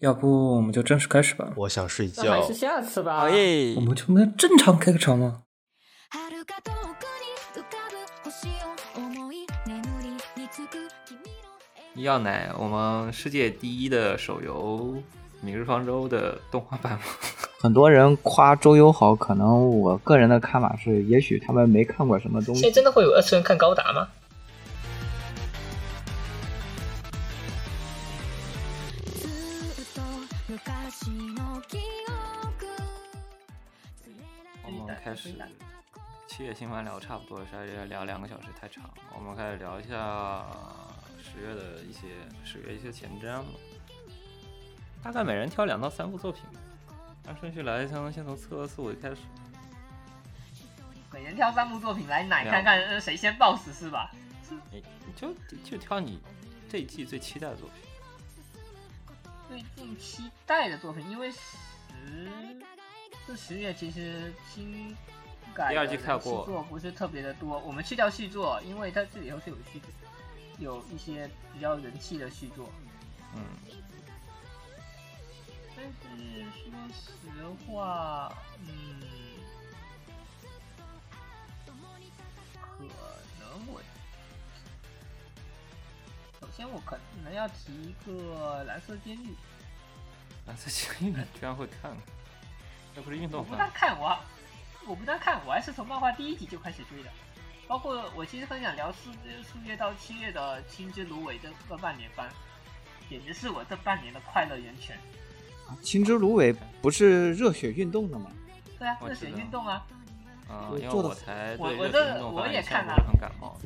要不我们就正式开始吧？我想睡那还觉是。哎下次吧好。耶我！们就没有正常开个场吗？遥か遠くに浮かぶ星を思い眠りにつく君の医药奶，我们世界第一的手游《明日方舟》的动画版吗？很多人夸周游好，可能我个人的看法是，也许他们没看过什么东现在西。真的会有二次元看高达吗？ずっと昔の記憶我们开始七月新番聊得差不多，十二月聊两个小时太长，我们开始聊一下十月的一些十月一些前瞻吧。大概每人挑两到三部作品，按顺序来，先先从测四五开始。每人挑三部作品来奶看看呃谁先爆死是吧？你哎你就就挑你这一季最期待的作品。最近期待的作品，因为十这十月其实新改的第二季跳过续作不是特别的多，我们去掉续作，因为它这里头是有续作，有一些比较人气的续作。嗯，但是说实话，嗯，可能我嗯首先我可能要提一个蓝色监狱，啊，这期你居然会看，这不是运我动不但番，看我，我不但看，我还是从漫画第一集就开始追的。包括我其实很想聊四呃四月到七月的《青之芦苇》这这半年番，简直是我这半年的快乐源泉。青之芦苇不是热血运动的吗？对啊，我热知血道运动啊，啊、我因为做的我才我对我热这血运动我番也印象看啊不是了很感冒。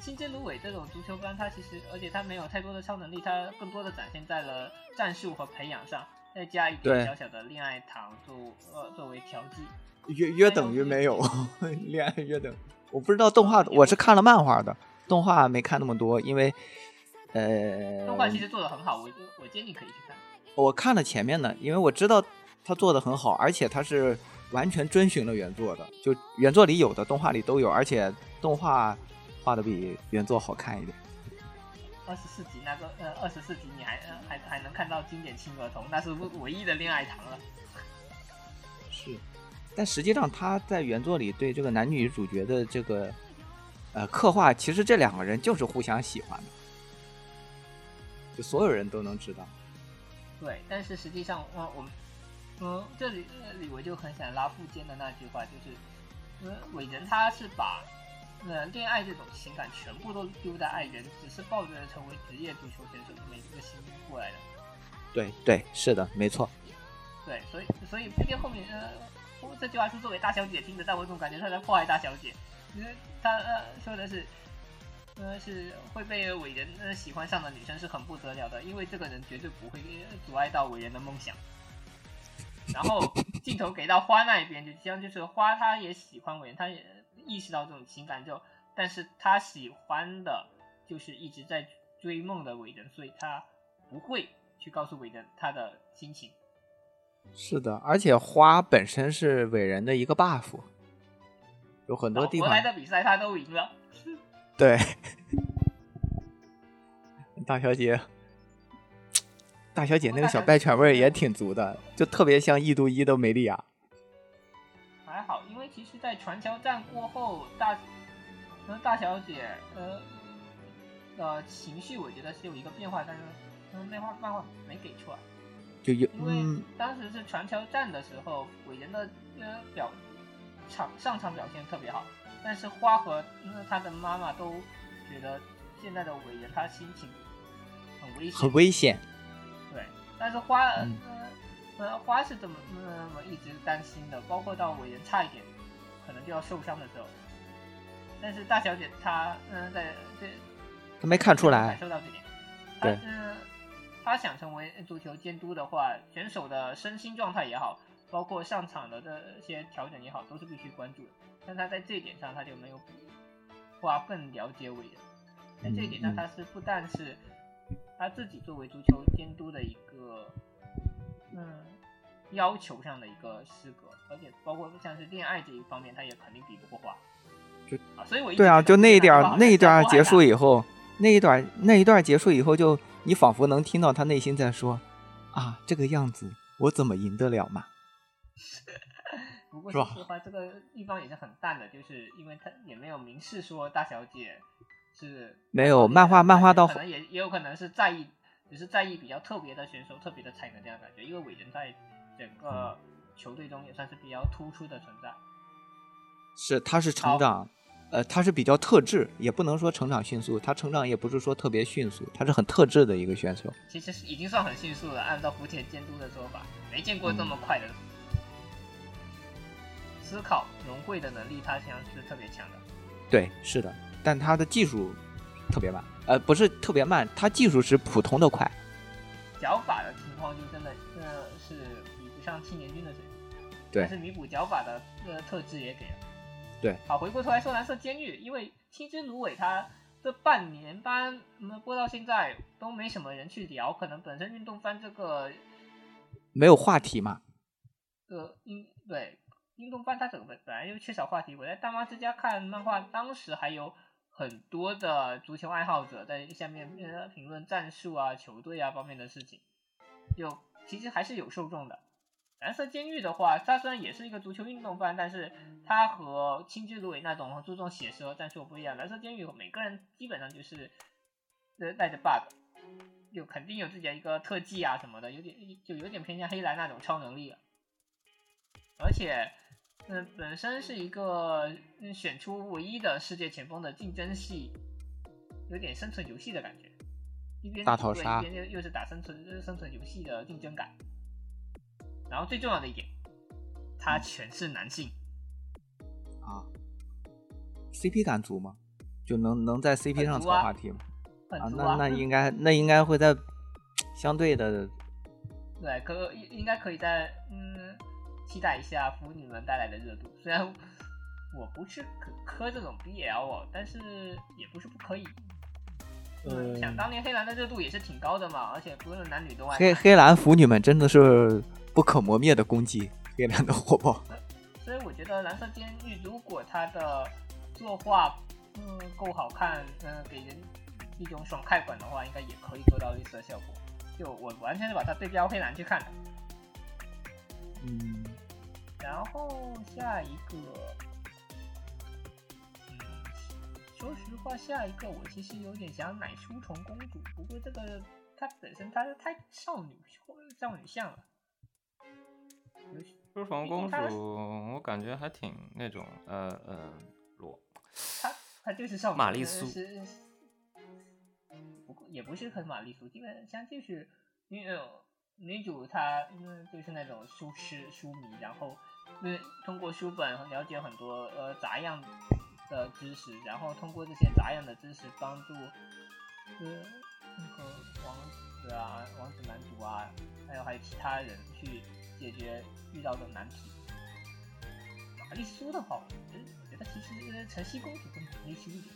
青之芦苇这种足球番，它其实而且它没有太多的超能力，它更多的展现在了战术和培养上，再加一点对小小的恋爱糖作呃作为调剂。约约等于没有 恋爱约等。我不知道动画，我是看了漫画的，动画没看那么多，因为呃，动画其实做的很好，我我建议可以去看。我看了前面的，因为我知道他做的很好，而且他是完全遵循了原作的，就原作里有的，动画里都有，而且动画画的比原作好看一点。二十四集那个呃二十四集你还、呃、还还能看到经典轻儿童，那是唯一的恋爱糖了。是，但实际上他在原作里对这个男女主角的这个呃刻画，其实这两个人就是互相喜欢的，就所有人都能知道。对，但是实际上，呃，我们，嗯，这里这里我就很想拉富坚的那句话，就是，嗯，伟人他是把，呃，恋爱这种情感全部都丢在爱人，只是抱着成为职业足球选手这么一个心过来的。对对，是的，没错。对，所以所以毕竟后面，呃，我这句话是作为大小姐听的，但我总感觉她在迫害大小姐，因为她呃说的是。呃，是会被伟人呃喜欢上的女生是很不得了的，因为这个人绝对不会呃阻碍到伟人的梦想。然后镜头给到花那一边，就将就是花，她也喜欢伟人，她也意识到这种情感就，但是她喜欢的就是一直在追梦的伟人，所以她不会去告诉伟人她的心情。是的，而且花本身是伟人的一个 buff，有很多地国方来的比赛他都赢了，对。 大小姐，大小姐那个小败犬味儿也挺足的，就特别像《异度一》的梅丽亚。还好，因为其实，在传桥战过后，大，呃，大小姐，呃，呃，情绪我觉得是有一个变化，但是，嗯，漫画漫画没给出来，就有因为嗯，当时是传桥战的时候，伟人的呃表场上场表现特别好，但是花和、呃、他的妈妈都觉得现在的伟人他心情很危险很，危险。对，但是花呃嗯呃花是怎么呃我一直担心的，包括到伟人差一点可能就要受伤的时候，但是大小姐她嗯、呃在这他没看出感来，受到这点，她对嗯、她想成为足球监督的话，选手的身心状态也好，包括上场的这些调整也好，都是必须关注的。但她在这一点上，她就没有比花更了解伟人。在这一点上，嗯嗯他是不但是他自己作为足球监督的一个嗯要求上的一个失格，而且包括像是恋爱这一方面，他也肯定比不过花。就啊，所以我一直对啊，觉得就那一这点样的儿话那一段儿结束还是以后，那一段儿那一段儿结束以后就，你仿佛能听到他内心在说：“啊，这个样子我怎么赢得了嘛？不过是说吧实话，这个地方也是很淡的，就是因为他也没有明示说大小姐是没有漫漫画漫画到可能也也有可能是在意，只是在意比较特别的选手、特别的才能这样的感觉，因为伟人在整个嗯球队中也算是比较突出的存在。是，他是好成长，呃，他是比较特质，也不能说成长迅速，他成长也不是说特别迅速，他是很特质的一个选手。其实是已经算很迅速了，按照福田监督的说法，没见过这嗯么快的。思考融会的能力，他想是特别强的。对，是的，但他的技术特别慢，呃，不是特别慢，他技术是普通的快。脚法的情况就真的，呃，是比不上青年军的水平。对但是弥补脚法的呃特质也给了。对，好，回过头来说蓝色监狱，因为青之芦苇它这半年班，嗯，播到现在都没什么人去聊，可能本身运动番这个没有话题嘛？呃，运对运动番它整个本来就缺少话题。我在大妈之家看漫画，当时还有很多的足球爱好者在下面呃评论战术啊、球队啊方面的事情，有其实还是有受众的。蓝色监狱的话，它虽然也是一个足球运动番，但是它和青之芦苇那种注重写实和战术不一样。蓝色监狱每个人基本上就是呃带着 bug，有肯定有自己的一个特技啊什么的，有点就有点偏向黑蓝那种超能力了。啊而且，嗯，本身是一个嗯选出唯一的世界前锋的竞争系，有点生存游戏的感觉，一边大逃对杀一边又又是打生存生存游戏的竞争感。然后最重要的一点，他嗯全是男性，啊，CP 感足吗？就能能在 CP 上很足炒啊话题吗？很啊，足那那 应该那应该会在相对的对，可应应该可以在嗯，期待一下腐女们带来的热度。虽然我不是可磕这种 BL 哦，但是也不是不可以。嗯，嗯想当年黑蓝的热度也是挺高的嘛，而且不论男女 都爱黑看。黑蓝腐女们真的是不可磨灭的攻击，黑蓝的火爆。所以我觉得《蓝色监狱》如果它的作画嗯够好看，嗯给人一种爽快感的话，应该也可以做到类似的效果。就我完全是把它对标黑蓝去看的。嗯，然后下一个，嗯，说实话，下一个我其实有点想奶书虫公主，不过这个它本身它是太少女少女向了。有书虫公它主，我感觉还挺那种呃呃裸，它它就是少女，玛丽呃苏是，不过也不是很玛丽苏，基本上就是女呃女主她嗯就是那种书痴书迷，然后嗯通过书本了解很多呃杂样的知识，然后通过这些杂样的知识帮助呃那个王子啊王子男主啊，还有还有其他人去解决遇到的难题。玛丽苏的话，我觉得我觉得其实晨曦公主更玛丽苏一点。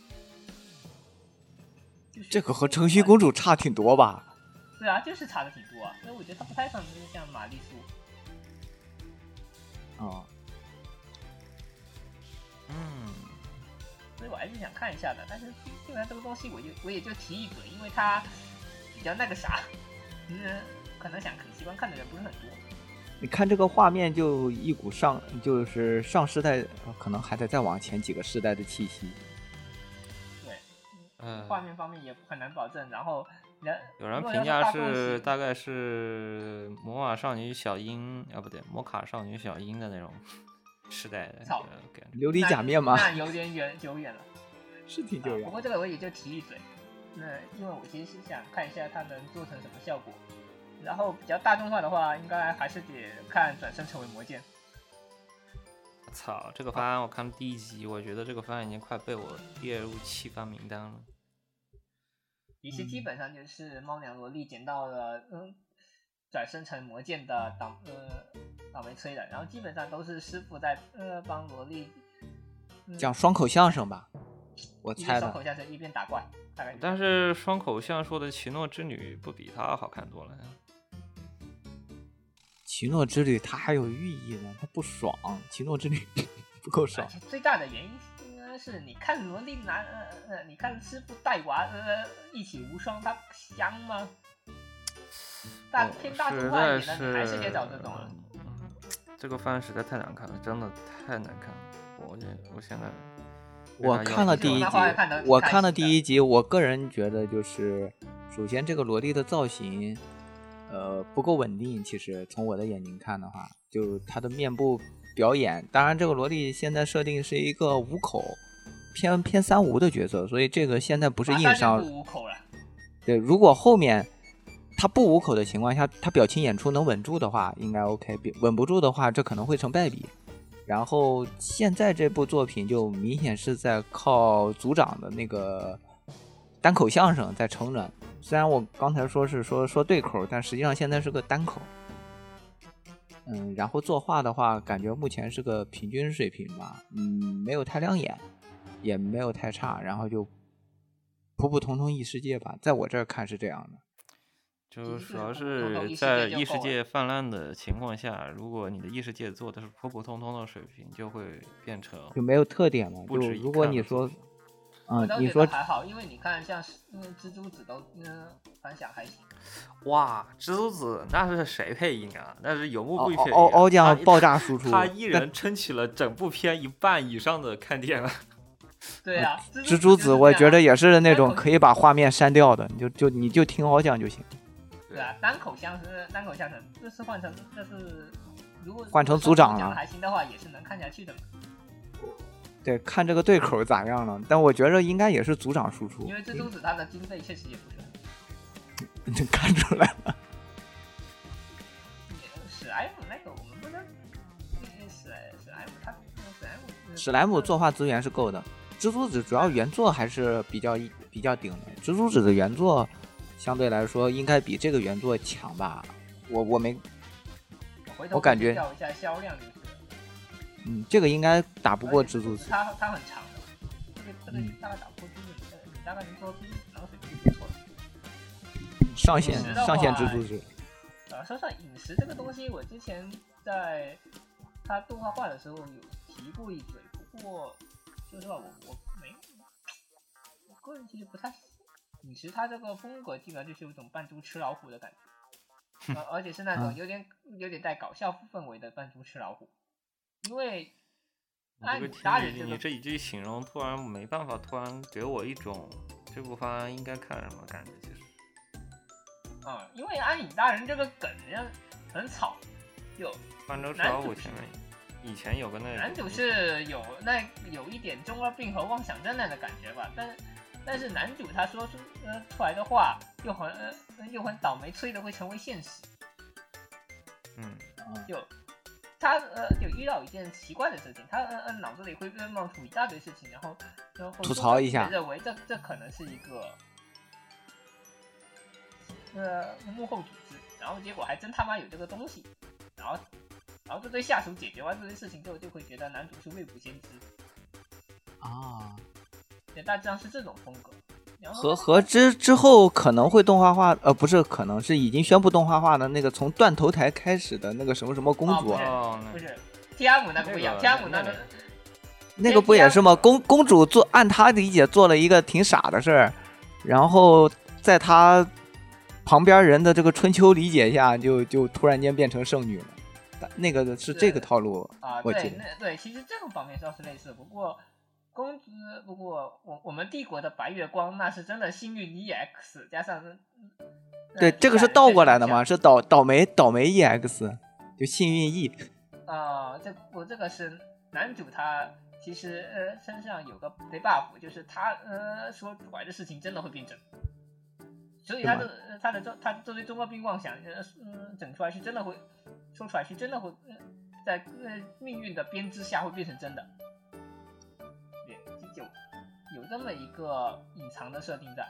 就是这个和晨曦公主差挺多吧？对啊，就是差的挺多啊，所以我觉得她不太像像玛丽苏。啊、嗯，所以我还是想看一下的。但是基基本上这个东西，我就我也就提一嘴，因为它比较那个啥，嗯，可能想喜欢看的人不是很多。你看这个画面就一股上就是上世代，呃可能还得再往前几个世代的气息。对，呃，画面方面也很难保证。然后人有人如果评要价大众是喜大概是魔法少女小樱啊，不对，魔卡少女小樱的那种时代的操呃感觉。琉璃假面吗？那有点远久远了。是挺啊 久不远。过这个我也就提一嘴，那因为我其实是想看一下它能做成什么效果。然后比较大众化的话，应该还是得看《转身成为魔剑》。操，这个番我看第一集，我觉得这个番已经快被我列入弃番名单了。其实嗯基本上就是猫娘萝莉捡到了，嗯，转生成魔剑的倒呃倒霉催的，然后基本上都是师傅在呃帮萝莉、嗯、讲双口相声吧，我一猜边双口的。相声一边打怪，大概是这样但是双口相说的《奇诺之女》不比它好看多了呀。奇诺之旅它还有寓意呢，它不爽。奇诺之旅 不够爽而。且最大的原因应该是你看萝莉拿呃呃，你呃看师傅带娃呃一起无双，他香吗？大我偏大哦实众化在嗯一点的，还是得找这种了。这个番实在太难看了，真的太难看了。我这我现在没我法看了要求第一我集那话看得，我太看了细第一集，我个人觉得就是，首先这个萝莉的造型，呃，不够稳定。其实从我的眼睛看的话，就她的面部表演，当然这个萝莉现在设定是一个五口，偏偏三无的角色，所以这个现在不啊是马硬上就伤嗯不。五口了，对，如果后面她不五口的情况下，她表情演出能稳住的话，应该 OK；比稳不住的话，这可能会成败笔。然后现在这部作品就明显是在靠组长的那个单口相声在成长。虽然我刚才说是说说对口，但实际上现在是个单口。嗯，然后作画的话，感觉目前是个平均水平吧，嗯，没有太亮眼，也没有太差，然后就普普通通异世界吧，在我这儿看是这样的。就第一主要个普通是异世在界就异世够了界泛滥的情况下，如果你的异世界做的是普普通通的水平，就会变成就没有特点嘛。不就值一如果看你的作说品，我嗯倒，你觉说得还好，因为你看像嗯蜘蛛子都嗯反响还行，哇，蜘蛛子那是谁配音啊？那是有目敖不啊配音敖敖他啊酱爆炸他输出，他一但人撑起了整部片一半以上的看点了。对啊，呃蜘蛛蛛子我觉得也也是那单种口可以把画面删掉的，你就就你就听敖酱就行。对啊，单口相声单口相声，这是换成这是如果换成如果组长讲了得还行的话，也是能看下去的嘛。对，看这个对口咋样了，但我觉着应该也是组长输出因，为蜘蛛子它的经费确实也不是很多，能看出来。也史莱姆那个我们不能，嗯史莱史莱姆它史莱姆嗯史莱姆作画资源是够的，蜘蛛子主要原作还是比较比较顶的。蜘蛛子的原作相对来说应该比这个原作强吧？我我没回头我感觉调一下销量就是了。嗯，这个应该打不过蜘蛛子。它它很长的，这个这个嗯大概打破就是你的，你大概能做第一，然后水平就不错了。上线嗯上线蜘蛛子，啊，说上饮食这个东西，我之前在他动画化的时候有提过一嘴，不过说实话，我我没，我个人其实不太喜饮食，它这个风格基本上就是有种扮猪吃老虎的感觉，而、而且是那种嗯啊有点有点带搞笑氛围的扮猪吃老虎，因为你按这个哎理达听人这你你个这一句形容，突然没办法，突然给我一种这部番应该看什么感觉。其实啊、因为安以大人这个梗让很草，有泛舟男小主五前面以前有个那个男主是有那有一点中二病和妄想症那样的感觉吧，但是但是男主他说出呃出来的话又很、呃、又很倒霉催的会成为现实，嗯，就他呃有遇到一件奇怪的事情，他呃呃脑子里会冒出一大堆事情，然后然后吐槽一下就认为这这可能是一个呃幕后组织，然后结果还真他妈有这个东西，然后然后这对下属解决完这件事情之后，就会觉得男主是未卜先知。哦啊，也大致上是这种风格。然后和和之之后可能会动画化，呃，不是，可能是已经宣布动画化的那个从断头台开始的那个什么什么公主，哦哦，不那是 T M 那个不一样那个，T M 那个那个那个不也是吗？公公主做按她理解做了一个挺傻的事儿，然后在她旁边人的这个春秋理解下，就就突然间变成剩女了。但那个是这个套路，啊，我记对，得那对，其实这种方面倒是类似，不过公子，不过我我们帝国的白月光那是真的幸运 E X 加上呃那对，底这个下是人倒确过实来很的嘛？像是倒倒霉倒霉 EX，就幸运 E 啊，这我这个是男主他。其实呃身上有个 debuff，就是他呃说出来的事情真的会变真，所以他对的呃他的这他这对中国病妄想呃嗯整出来是真的会说出来是真的会、呃、在呃命运的编织下会变成真的，对，就有这么一个隐藏的设定在，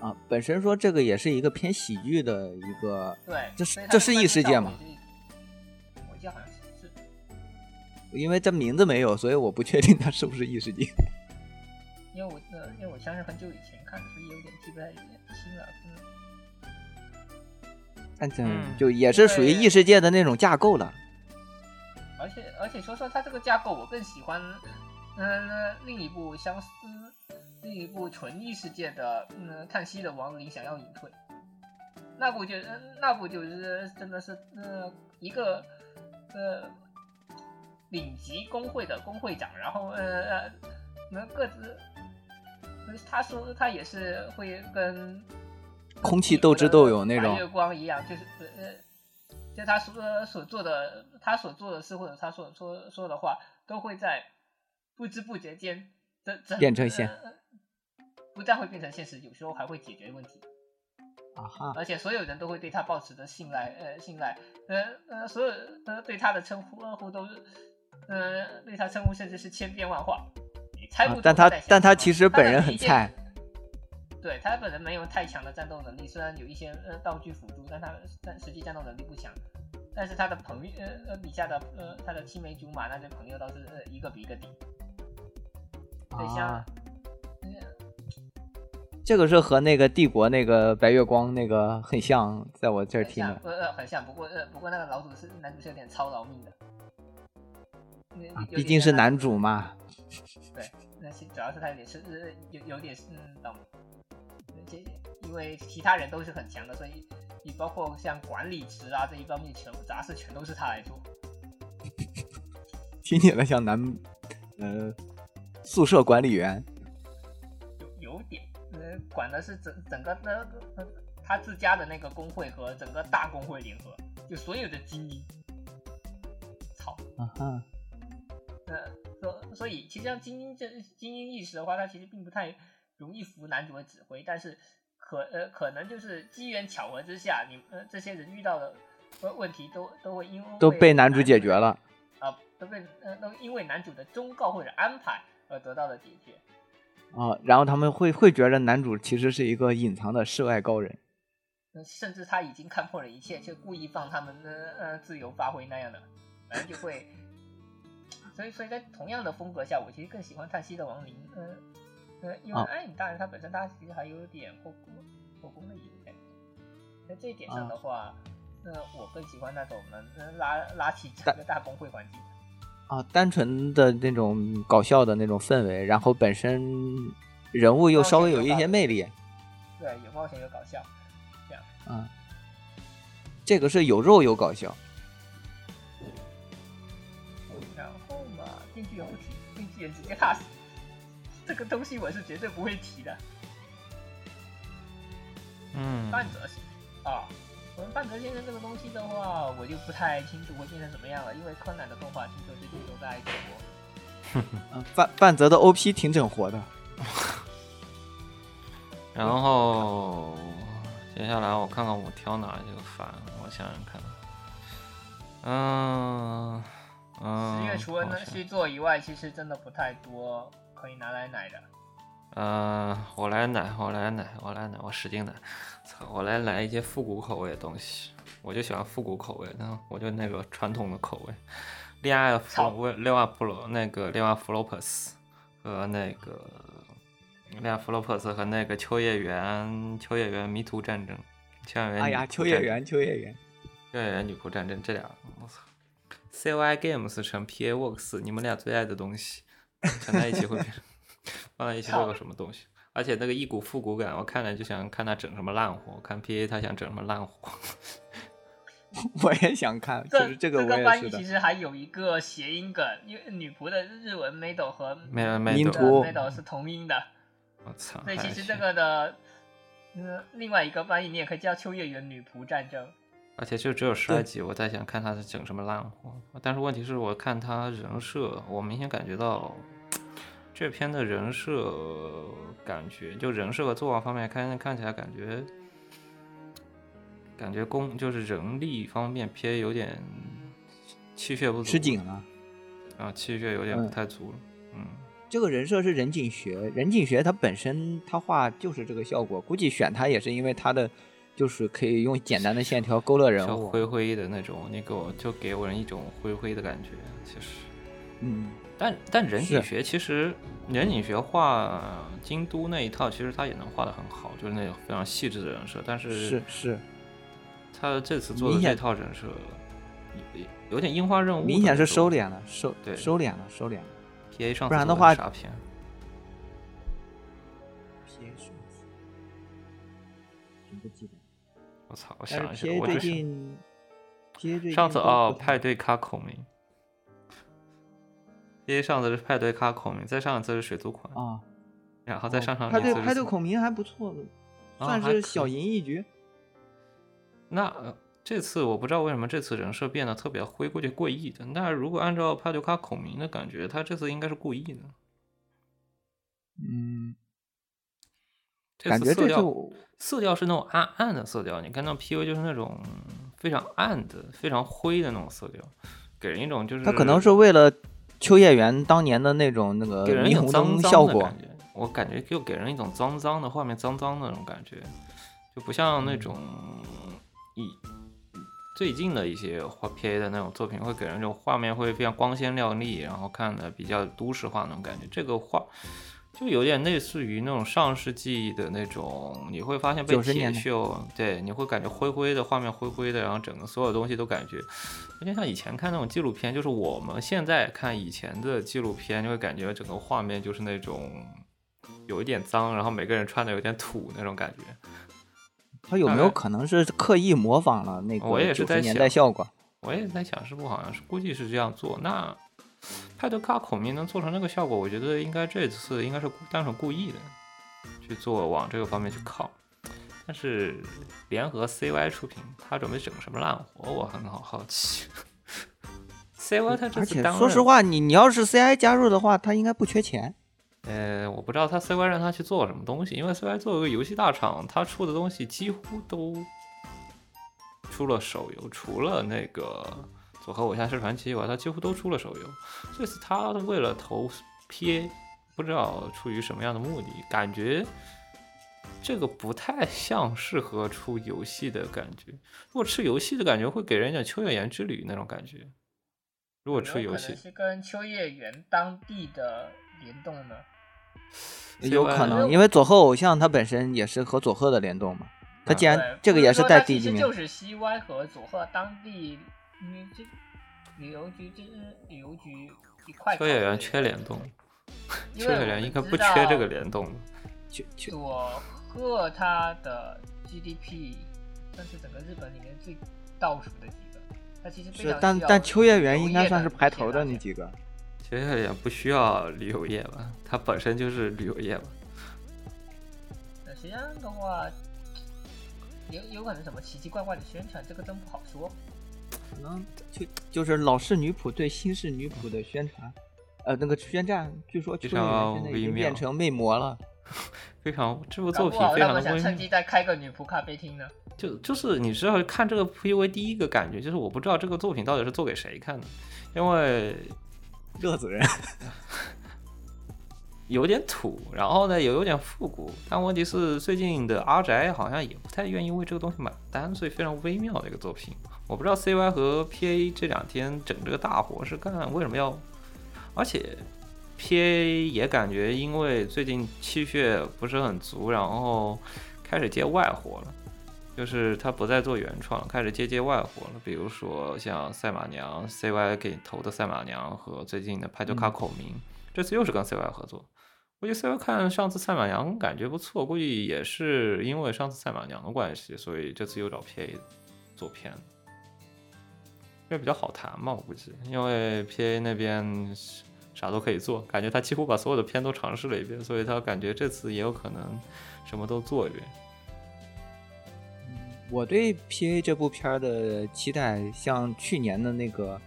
啊。本身说这个也是一个偏喜剧的一个，对，这是所以它这是异世界关吗注到我这一？我记得好像是是因为这名字没有，所以我不确定它是不是异世界。因为我呃，因为我像是很久以前看的，所以有点记不太清了。嗯，但这嗯就也是属于对异世界的那种架构了。而且而且说说它这个架构，我更喜欢，嗯、另一部相似，另一部纯异世界的，嗯、叹息的亡灵想要隐退，那部就呃那部就是真的是呃一个呃领级工会的工会长，然后呃能各自，呃他说他也是会跟空气斗智斗勇那种白月光一样，就是呃呃，就他所所做的他所做的事或者他所说说的话，都会在不知不觉间这这变成现呃不但会变成现实，有时候还会解决问题。呃啊哈，而且所有人都会对他抱持着信赖，呃，信赖，呃呃，所有呃对他的称呼呃呼都，呃对他称呼甚至是千变万化，你猜不啊出、但他但他其实本人很菜，菜，对他本人没有太强的战斗能力，虽然有一些呃道具辅助，但他但实际战斗能力不强。但是他的朋友呃呃笔下的呃他的青梅竹马那些朋友倒是呃一个比一个顶，所以像、啊这个是和那个帝国那个白月光那个很像，在我这儿很听像，的呃呃很像，不过呃不过那个老主是男主是有点操劳命的，嗯啊有，毕点竟是像那男主嘛。那其主要是他有点是呃有有点嗯懂，这因为其他人都是很强的，所以你包括像管理职啊这一方面全部杂事全都是他来做。听起来像男，呃，宿舍管理员有有点，呃，管的是整整个的、呃、他自家的那个工会和整个大工会联合，就所有的精英。操，啊哈，呃，所所以其实像精英这精英意识的话，他其实并不太容易服男主的指挥，但是可呃可能就是机缘巧合之下，你呃这些人遇到的呃问问题都都会因为都被男主解决了。啊、都被呃都因为男主的忠告或者安排而得到了解决。啊，然后他们会会觉得男主其实是一个隐藏的世外高人嗯甚至他已经看破了一切，却故意放他们呃呃自由发挥那样的，反正就会。所以，所以在同样的风格下，我其实更喜欢叹息的亡灵，呃呃，因为啊艾米大人他本身他其实还有点后宫后宫的影响，在这一点上的话，呃，我更喜欢那种能能拉拉起整个大公会环境。啊，单纯的那种搞笑的那种氛围，然后本身人物又哦稍微有一些魅力，对，有冒险有搞笑，啊，这个是有肉有搞笑然后嘛，电锯人不提，电锯人直接 pass，这个东西我是绝对不会提的。嗯，半泽先啊，我们半泽先生这个东西的话，我就不太清楚会变成什么样了，因为柯南的动画听说最近都在中国，啊，半半泽的 OP 挺整活的然后接下来我看看我挑哪一个番，我想想看。嗯嗯，十月除了我那想续作以外，其实真的不太多可以拿来奶的。呃，我来奶，我来奶，我来奶，我使劲奶，操，我来来一些复古口味的东西，我就喜欢复古口味，然后我就那个传统的口味，恋爱弗操洛恋爱弗洛那个恋爱弗洛普斯和那个恋爱弗洛普斯和那个秋叶原秋叶原迷途战争，秋叶原哎呀，女仆秋叶战争原，秋叶原， 秋叶原女仆战争这俩，我操，CY Games 乘 PA Works，你们俩最爱的东西，乘在一起会变成， 放在一起会有什么东西？而且那个一股复古感，我看了就想看他整什么烂货，我看 PA 他想整什么烂货。我也想看，就这是这个我个也翻是译的其。实还有一个谐音梗，因为女仆的日文 “mado” 和 没有没音哎有，图呃 “mado” 是同音的，我操！所以还其实行这个的，嗯、另外一个翻译你也可以叫秋叶原女仆战争。而且就只有十二对集，我在想看他是整什么烂货。但是问题是我看他人设，我明显感觉到这篇的人设感觉，就人设和作画方面看看起来感觉，感觉工就是人力方面偏有点气血不足，吃紧了，啊，气血有点嗯不太足了。嗯，这个人设是任景学，任景学他本身他画就是这个效果，估计选他也是因为他的就是可以用简单的线条勾勒人像物，啊灰灰的那种，你给我就给我人一种灰灰的感觉，其实。嗯，但但人是体学其实人体学画京都那一套，其实他也能画得很好，就是那种非常细致的人设。但是是，他这次做的明这显套人设有有有点樱花任务的那种，明显是收敛了，收对收敛了，收敛了。 P A 上次不然做的话啥片？ P A 数字，真不记得。我我操，我但想一是下， P A 我最这是近，P A 最近上次都哦不，派对咖孔明。因为上次是派对咖孔明，再上一次是水族馆，啊，然后再上上一派对次是派对孔明还不错，啊算还是可小以赢一局。那、呃这次我不知道为什么这次人设变得特别灰，估计故意的。那如果按照帕留卡孔明的感觉，他这次应该是故意的。嗯，这感次觉色这次调我色调是那种暗暗的色调，你看到 P U 就是那种非常暗的、非常灰的那种色调，给人一种就是他可能是为了秋叶原当年的那种那给个人一霓种虹脏灯脏效的果感，觉，我感觉就给人一种脏脏的画面、脏脏的那种感觉，就不像那种以最近的一些画 PA 的那种作品，会给人这种画面会非常光鲜亮丽，然后看的比较都市化那种感觉。这个画就有点类似于那种上世纪的那种，你会发现被90铁年代锈，对，你会感觉灰灰的画面灰灰的，然后整个所有东西都感觉有点像以前看那种纪录片，就是我们现在看以前的纪录片，就会感觉整个画面就是那种有一点脏，然后每个人穿的有点土那种感觉。他有没大有概可能是刻意模仿了那我也个是九在十年想代效果？我也在想，是不好像是估计是这样做。那派对卡孔明能做成这个效果，我觉得应该这次应该是故单纯故意的去做往这个方面去靠。但是联合 CY 出品，他准备整什么烂活，我很好好奇。CY 他这而次且当说实然，话，你你要是 CI 加入的话，他应该不缺钱。呃，我不知道他 CY 让他去做什么东西，因为 CY 作为一个游戏大厂，他出的东西几乎都出了手游，除了那个《组合偶像是传奇》以外，他几乎都出了手游。这次他为了投 PA，不知道出于什么样的目的，感觉这个不太像适合出游戏的感觉。如果吃游戏的感觉，会给人一种秋叶原之旅那种感觉。如果出有游可戏能，是跟秋叶原当地的联动呢。有 CY 可能，因为佐贺偶像它本身也是和佐贺的联动嘛，它既对然这个不也是说带它地其域实名就，是 CY 和佐贺当地旅这旅游局这旅游局一块秋搞叶的原这缺个联动，因秋为叶我原们应该知不缺这道个联动。去去佐贺它的 GDP 算是整个日本里面最倒数的几个，它其实非是常，但需要但秋叶原农应该业算是排这头些的大那学几个。秋叶原不需要旅游业吧？它本身就是旅游业吧？那实际上的话，有有可能什么奇奇怪怪的宣传，这个真不好说。可能就就是老式女仆对新式女仆的宣传，呃，那个宣战，据说非秋叶原常现在微已经变妙成魅魔了。非常这部搞作不品好非他常们的想微趁妙机，再开个女仆咖啡厅呢。就就是你知道看这个 PV 第一个感觉就是我不知道这个作品到底是做给谁看的，因为热死人！ 有点土，然后呢也有点复古，但问题是最近的阿宅好像也不太愿意为这个东西买单，所以非常微妙的一个作品。我不知道 CY 和 PA 这两天整这个大火是干为什么要，而且 PA 也感觉因为最近气血不是很足，然后开始接外活了。就是他不再做原创了，开始接接外活了，比如说像赛马娘 CY 给投的赛马娘和最近的派对卡孔明，这次又是跟 CY 合作。估计 CY 看上次赛马娘感觉不错，估计也是因为上次赛马娘的关系，所以这次又找 PA 做片，因为比较好谈嘛，我估计，因为 PA 那边啥都可以做，感觉他几乎把所有的片都尝试了一遍，所以他感觉这次也有可能什么都做一遍。我对 P A 这部片儿的期待，像去年的那个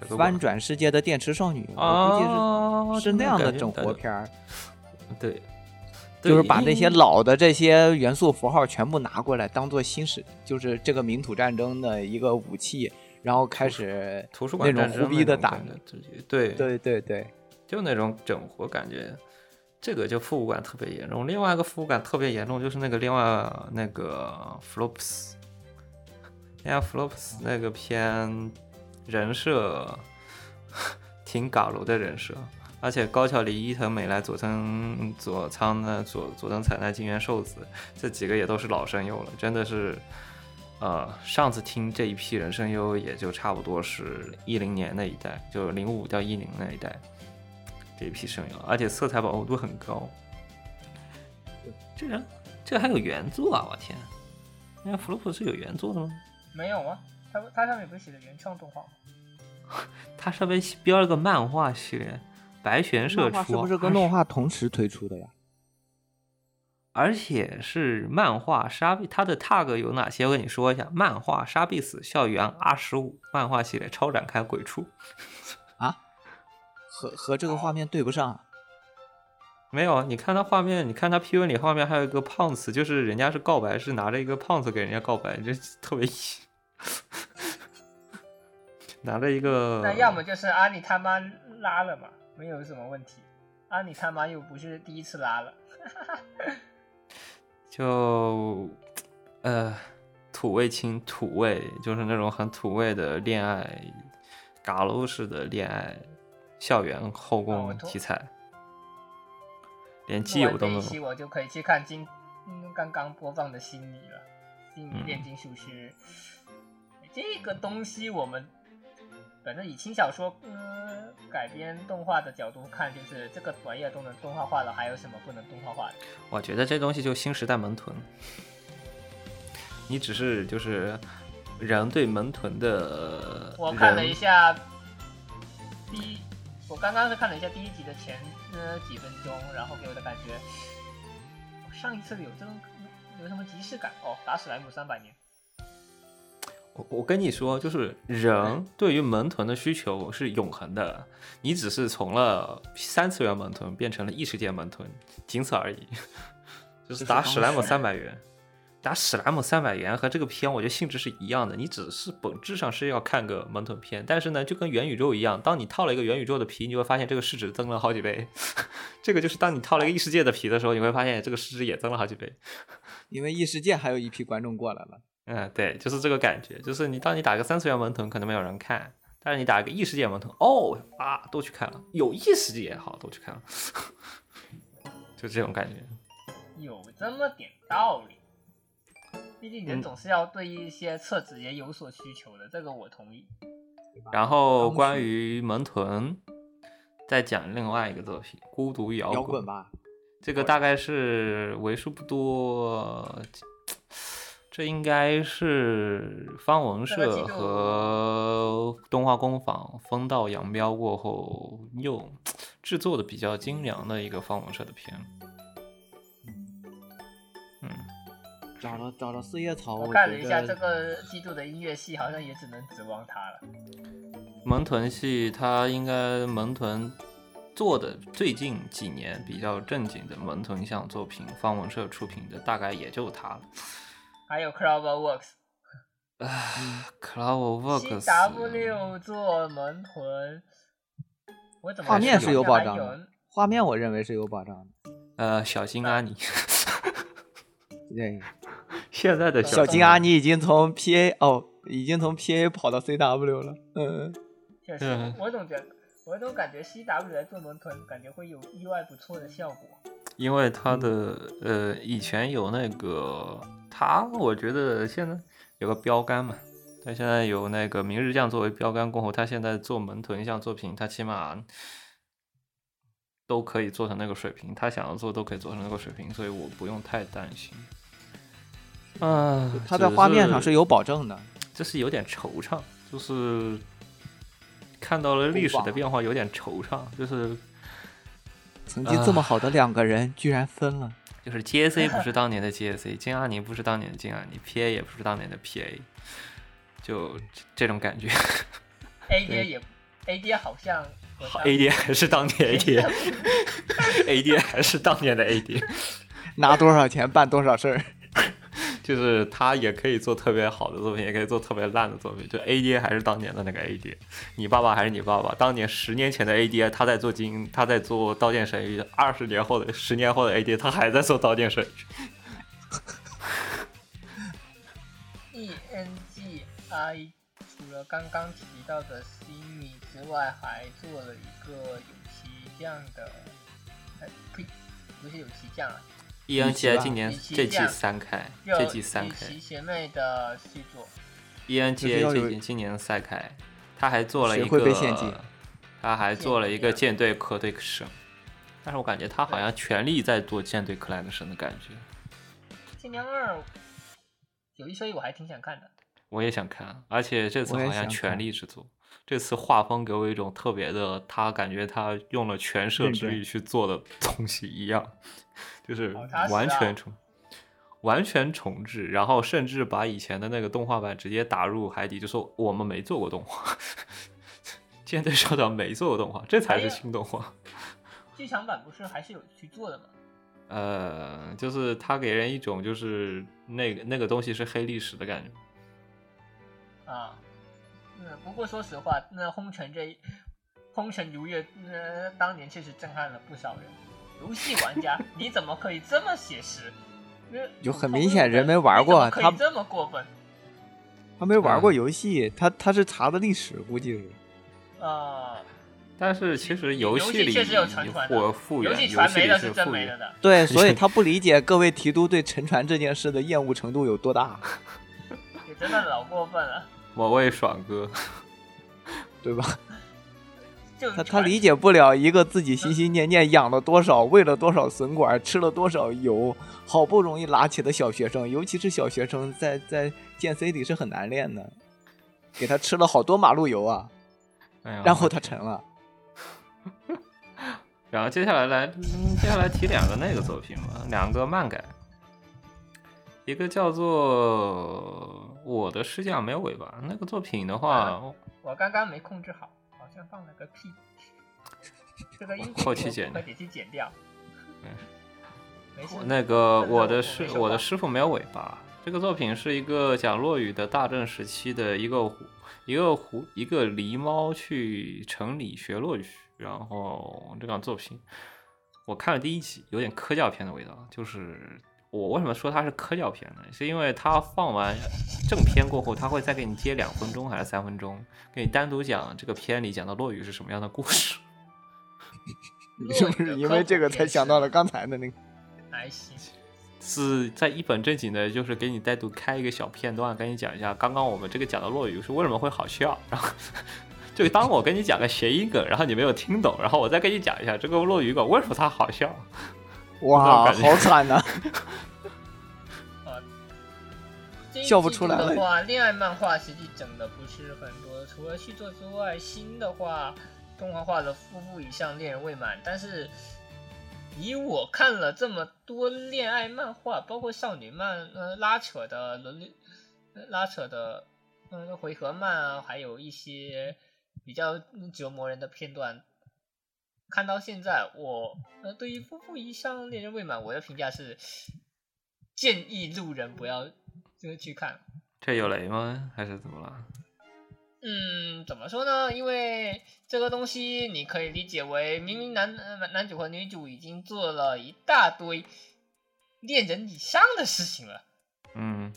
谁《都翻管转世界的电池少女》，我估啊，计是是那样的整活活，片儿，对，就对是把那些因老的这些元素符号全部拿过来当做新式，就是这个民土战争的一个武器，然后开始图书那馆种战胡争逼那的种打感。觉自己对对对对，就那种整活感觉，这个就复古感特别严重。另外一个复古感特别严重就是那个另外那个 flops，另外 flops 那个片人设挺嘎楼的人设，而且高桥离、伊藤美来、佐藤佐仓呢、佐佐藤彩奈、金元寿子这几个也都是老声优了，真的是。呃，上次听这一批人声优也就差不多是一零年那一代，就是零五到一零那一代，这一批声优，而且色彩饱和度很高。这人，这还有原作啊！我天，那弗洛普是有原作的吗？没有啊，它它上面不是写的原创动画吗？它上面标了个漫画系列，白玄社漫画出，啊是不是跟 动画同时推出的呀？而且是漫画杀必，它的 tag 有哪些？我跟你说一下：漫画杀必死校园二十五漫画系列超展开鬼畜，和和这个画面对不上啊，没有，啊你看他画面，你看他 P 文里画面还有一个胖子，就是人家是告白，是拿着一个胖子给人家告白，这 特别拿着一个，那要么就是阿里他妈拉了嘛，没有什么问题。阿里他妈又不是第一次拉了，就呃土味情土味，就是那种很土味的恋爱，嘎喽式的恋爱，校园后哦我宫懂题材，连基录友完这都没一有。期嗯我就可以去看今嗯刚刚播放的《心理》了，《心理嗯炼金术师》这个东西，我们反正以轻小说嗯改编动画的角度看，就是这个玩意儿都能动画化了，还有什么不能动画化的？我觉得这东西就新时代门豚，你只是就是人对门豚的我看了人一下第一，我刚刚是看了一下第一集的前呃几分钟，然后给我的感觉，上一次有这种有什么即视感哦，打史莱姆三百年，我我跟你说，就是人对于门豚的需求是永恒的，你只是从了三次元门豚变成了异世界门豚，仅此而已。 就是打史莱姆三百元，打史莱姆三百元和这个片，我觉得性质是一样的。你只是本质上是要看个门豚片，但是呢，就跟元宇宙一样，当你套了一个元宇宙的皮，你就会发现这个市值增了好几倍。 这个就是当你套了一个异世界的皮的时候，你会发现这个市值也增了好几倍。因为异世界还有一批观众过来了。嗯，对，就是这个感觉，就是你当你打个三次元门豚，可能没有人看，但是你打个异世界门豚，哦啊，都去看了，有异世界也好，都去看了， 就这种感觉。有这么点道理。毕竟人嗯总是要对一些厕纸也有所需求的，这个我同意。然后当关时于门豚，再讲另外一个作品《孤独摇摇滚》滚吧，这个大概是为数不多，这应该是方文这个季社度和动画工坊分道扬镳过后又制作的比较精良的一个方文社的片。嗯，找了找了四叶草，我我看觉了一下得这个季度的音乐系，好像也只能指望它了。门豚系它应该门豚做的最近几年比较正经的门豚向作品，方文社出品的大概也就它了。还嗯有 Cloverworks， Cloverworks CW 做门魂，我怎么画面觉是得有好保像障有的，画面我认为是有保障的。呃，小金阿 尼，对，现在的小金阿尼已经从 PA 哦，已经从 PA 跑到 CW 了。嗯，确实嗯，我总觉得，我总感觉 CW 来做门豚，感觉会有意外不错的效果。因为他的呃，以前有那个他，我觉得现在有个标杆嘛，他现在有那个明日酱作为标杆过后，他现在做门豚像作品，他起码都可以做成那个水平，他想要做都可以做成那个水平，所以我不用太担心。啊，它在画面上只是有保证的。这是有点惆怅，就是看到了历史的变化，有点惆怅，就是曾经这么好的两个人，居然分了。就是 JAC 不是当年的 JAC，金 阿尼不是当年的金阿尼，PA 也不是当年的 PA，就这这种感觉。 A 爹也，A 爹好像我上 AD 还是当年 AD，AD 还是当年的 AD，拿多少钱办多少事 儿。 就是他也可以做特别好的作品，也可以做特别烂的作品。就 AD 还是当年的那个 AD，你爸爸还是你爸爸。当年十年前的 AD 他在做金，他在做《刀剑神域》；二十年后的十年后的 AD 他还在做《刀剑神域》。 E N G I 除了刚刚提到的 Simi 之外，还做了一个有漆酱的，哎呸，不是有漆酱啊， E N G I 吧今年你骑这季将三开，叫这季三与开。其学妹的续作， E N G 就是 A 要最有近今年赛开，他还做了一谁个，会被献祭他还做了一个舰队 collection，但是我感觉他好像全力在做舰队 collection 的感觉。新娘二。有一说一，我还挺想看的。我也想看，而且这次我也好像想全看力制作，这次画风给我一种特别的，他感觉他用了全社认之真力去做的东西一样，就是好踏实完啊全重、完全重置，然后甚至把以前的那个动画版直接打入海底，就说我们没做过动画， 舰队校长没做过动画，这才哎是呀新动画。剧场版不是还是有去做的吗？呃，就是他给人一种就是那个那个东西是黑历史的感觉。啊，嗯，不过说实话，那《空城》这一《空城如月》呃，当年确实震撼了不少人。游戏玩家，你怎么可以这么写实？呃就很普通明显人没玩过你怎么他可以这么过分他没玩过嗯游戏，他他是查的历史，估计是。啊！但是其实游戏里确实有沉船的或复原，游游戏戏传媒里了是真复没原了。的， 对，所以他不理解各位提督对沉船这件事的厌恶程度有多大，也真的老过分了。某位爽哥，对 吧？就他他传理解不了一个自己心心念念养了多少、喂了多少笋管、吃了多少油，好不容易拉起的小学生，尤其是小学生，在在剑 C 里是很难练的，给他吃了好多马路油啊，哎呀然后他沉了。 然后接下来来，嗯接下来提两个那个作品嘛，两个漫改，一个叫做《我的世界上没有尾巴》那个作品的嗯话，我刚刚没控制好，好像放了个屁。这个音频后期我剪快点去剪掉。没事没事，那个反正我我的没师说我的话师傅没有尾巴。这个作品是一个讲落雨的大正时期的一个狐一个狐一个狸猫去城里学落雨，然后这档作品我看了第一集，有点科教片的味道。就是我为什么说它是科教片呢？是因为它放完正片过后，它会再给你接两分钟还是三分钟，给你单独讲这个片里讲的落雨是什么样的故事。你是不是因为这个才想到了刚才的那个？还行，是在一本正经的，就是给你单独开一个小片段，跟你讲一下刚刚我们这个讲的落雨是为什么会好笑，然后就当我跟你讲个谐音梗，然后你没有听懂，然后我再跟你讲一下这个落雨梗为什么它好笑。哇，我感觉好惨啊 呐、这一笑不季出度来的了话，恋爱漫画实际整的不是很多，除了续作之外，新的话，动画化的夫妇以上恋人未满，但是。以我看了这么多恋爱漫画，包括少女漫，呃，拉扯的伦理，呃拉扯的，嗯，回合漫啊，还有一些比较折磨人的片段，看到现在，我呃，对于夫妇以上恋人未满，我的评价是，建议路人不要就是去看。这有雷吗？还是怎么了？嗯，怎么说呢？因为这个东西你可以理解为，明明男呃男主和女主已经做了一大堆恋人以上的事情了，嗯，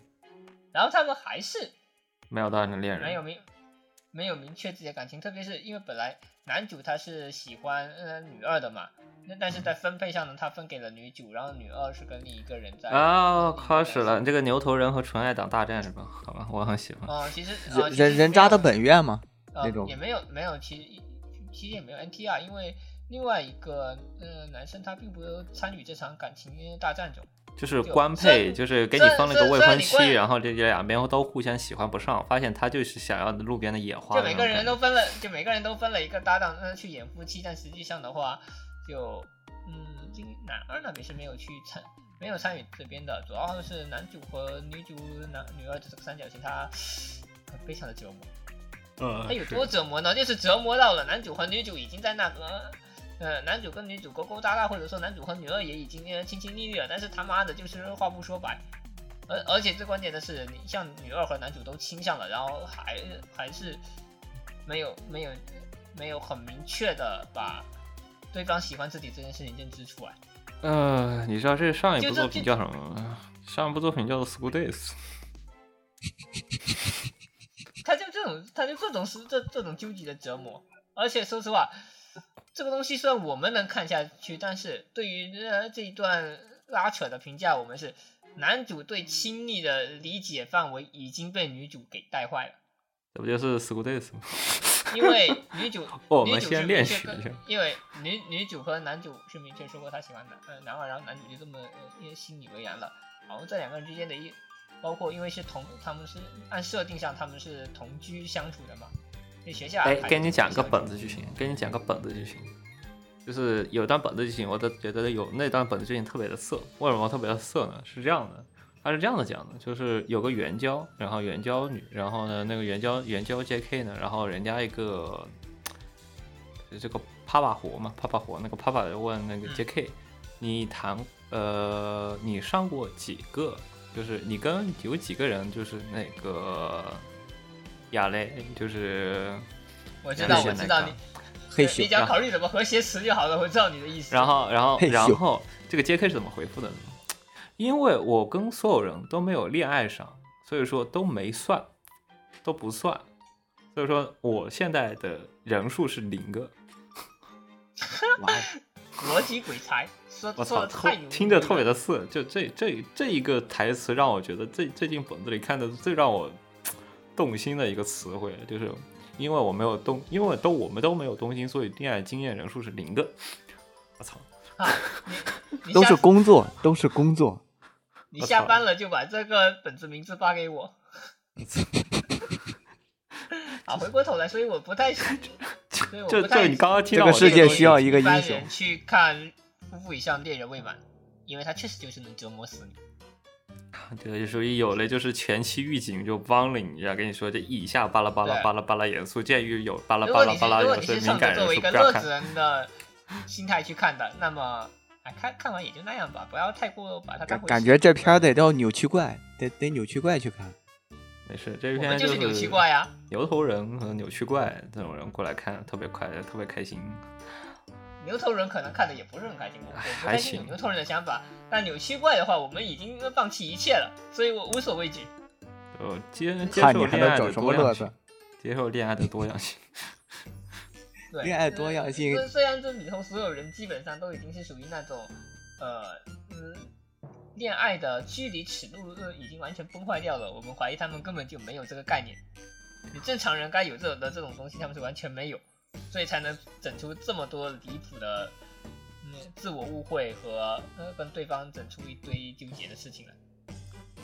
然后他们还是嗯没有到你的恋没有人。明没有明确自己的感情，特别是因为本来男主他是喜欢呃女二的嘛，那但是在分配上呢，他分给了女主，然后女二是跟另一个人在啊、另一个开人始了！这个牛头人和纯爱党大战是吧？好吧，我很喜欢。哦，其实人人人渣的本愿吗？呃那种也没有没有，其实其实也没有 NTR，因为另外一个呃男生他并不参与这场感情大战中。就是官配，就是给你放了个未婚妻，然后这两边都互相喜欢不上，发现他就是想要路边的野花就的那每种感觉。个人都分了，就每个人都分了一个搭档，呃，去演夫妻，但实际上的话，就嗯，这个男二那边是没有去参，没有参与这边的，主要是男主和女主男女二的这个三角形，它呃非常的折磨。呃它有多折磨呢？就是折磨到了男主和女主已经在那个。呃，男主跟女主勾勾搭搭，或者说男主和女二也已经呃亲亲腻腻了，但是他妈的就是话不说白，而而且最关键的是，你像女二和男主都亲上了，然后还还是没有没有没有很明确的把对方喜欢自己这件事情认知出来。呃，你知道这上一就部这作品这叫什么吗？上一部作品叫做《School Days》。他就这种，他就这种是这这种纠结的折磨。而且说实话，这个东西虽然我们能看下去，但是对于呃这一段拉扯的评价，我们是男主对亲密的理解范围已经被女主给带坏了。这不就是《School Days》吗？，因为女主哦我们女主先是练明确习跟一下因为女女主和男主是明确说过他喜欢男呃男二，然后男主就这么呃也心里为然了。然后这两个人之间的一包括因为是同，他们是按设定上他们是同居相处的嘛，就学校哎安，排给的你讲学个校本子剧情，给你讲个本子剧情，就是有段本子剧情，我都觉得有那段本子剧情特别的色。为什么特别的色呢？是这样的，它是这样的讲的，就是有个援交，然后援交女，然后呢，那个援交援交 J.K. 呢，然后人家一个就这个帕帕活嘛，帕帕活那个帕帕就问嗯那个 J.K. 你谈呃，你上过几个？就是你跟有几个人就是那个亚雷，就是我知道，是我那知道个你，嘿对咻你只要考虑怎么和谐词就好了，我知道你的意 思。然后，然后，嘿咻然后这个 J.K. 是怎么回复的呢？因为我跟所有人都没有恋爱上，所以说都没算，都不算，所以说我现在的人数是零个。哇哦，逻辑鬼才，说我说操，的特太牛，听着特别。的刺。就这这这一个台词让我觉得最最近本子里看的最让我动心的一个词汇，就是因为我没有动，因为都我们都没有动心，所以恋爱经验人数是零个。我操！你都下是工作，都是工作。你我下操班了就把这个本子名字发 给我。啊，回过头来，所以我不 太，所以我这这不太你刚刚听这到个我世这界东西需要一个英般雄人。去看夫妇以上恋人未满，因为他确实就是能折磨死你。对，就属于有了就是前期预警就帮了你一下，跟你说这以下巴拉巴拉对巴拉巴拉元素，鉴于有巴拉如巴果拉你是巴拉如果元你素是敏上手感作人为一数个不要乐看子。人的心态去看的，那么啊看看完也就那样吧，不要太过把它当感回事。感觉这片儿得叫扭曲怪，得得扭曲怪去看。没事，这我篇们就是是扭曲怪啊呀、牛头人和扭曲怪这种人过来看，特别快乐，特别开心。牛头人可能看的也不是很开心，我我不还太清行楚牛头人的想法。但扭曲怪的话，我们已经放弃一切了，所以我无所畏惧。就接接看受你还恋能爱整的什么多乐样子性？，接受恋爱的多样性。 对，恋爱多样性虽虽然这里头所有人基本上都已经是属于那种，呃，嗯，恋爱的距离尺度呃已经完全崩坏掉了。我们怀疑他们根本就没有这个概念。你正常人该有这种的这种东西，他们是完全没有，所以才能整出这么多离谱的，嗯，自我误会和呃跟对方整出一堆纠结的事情来。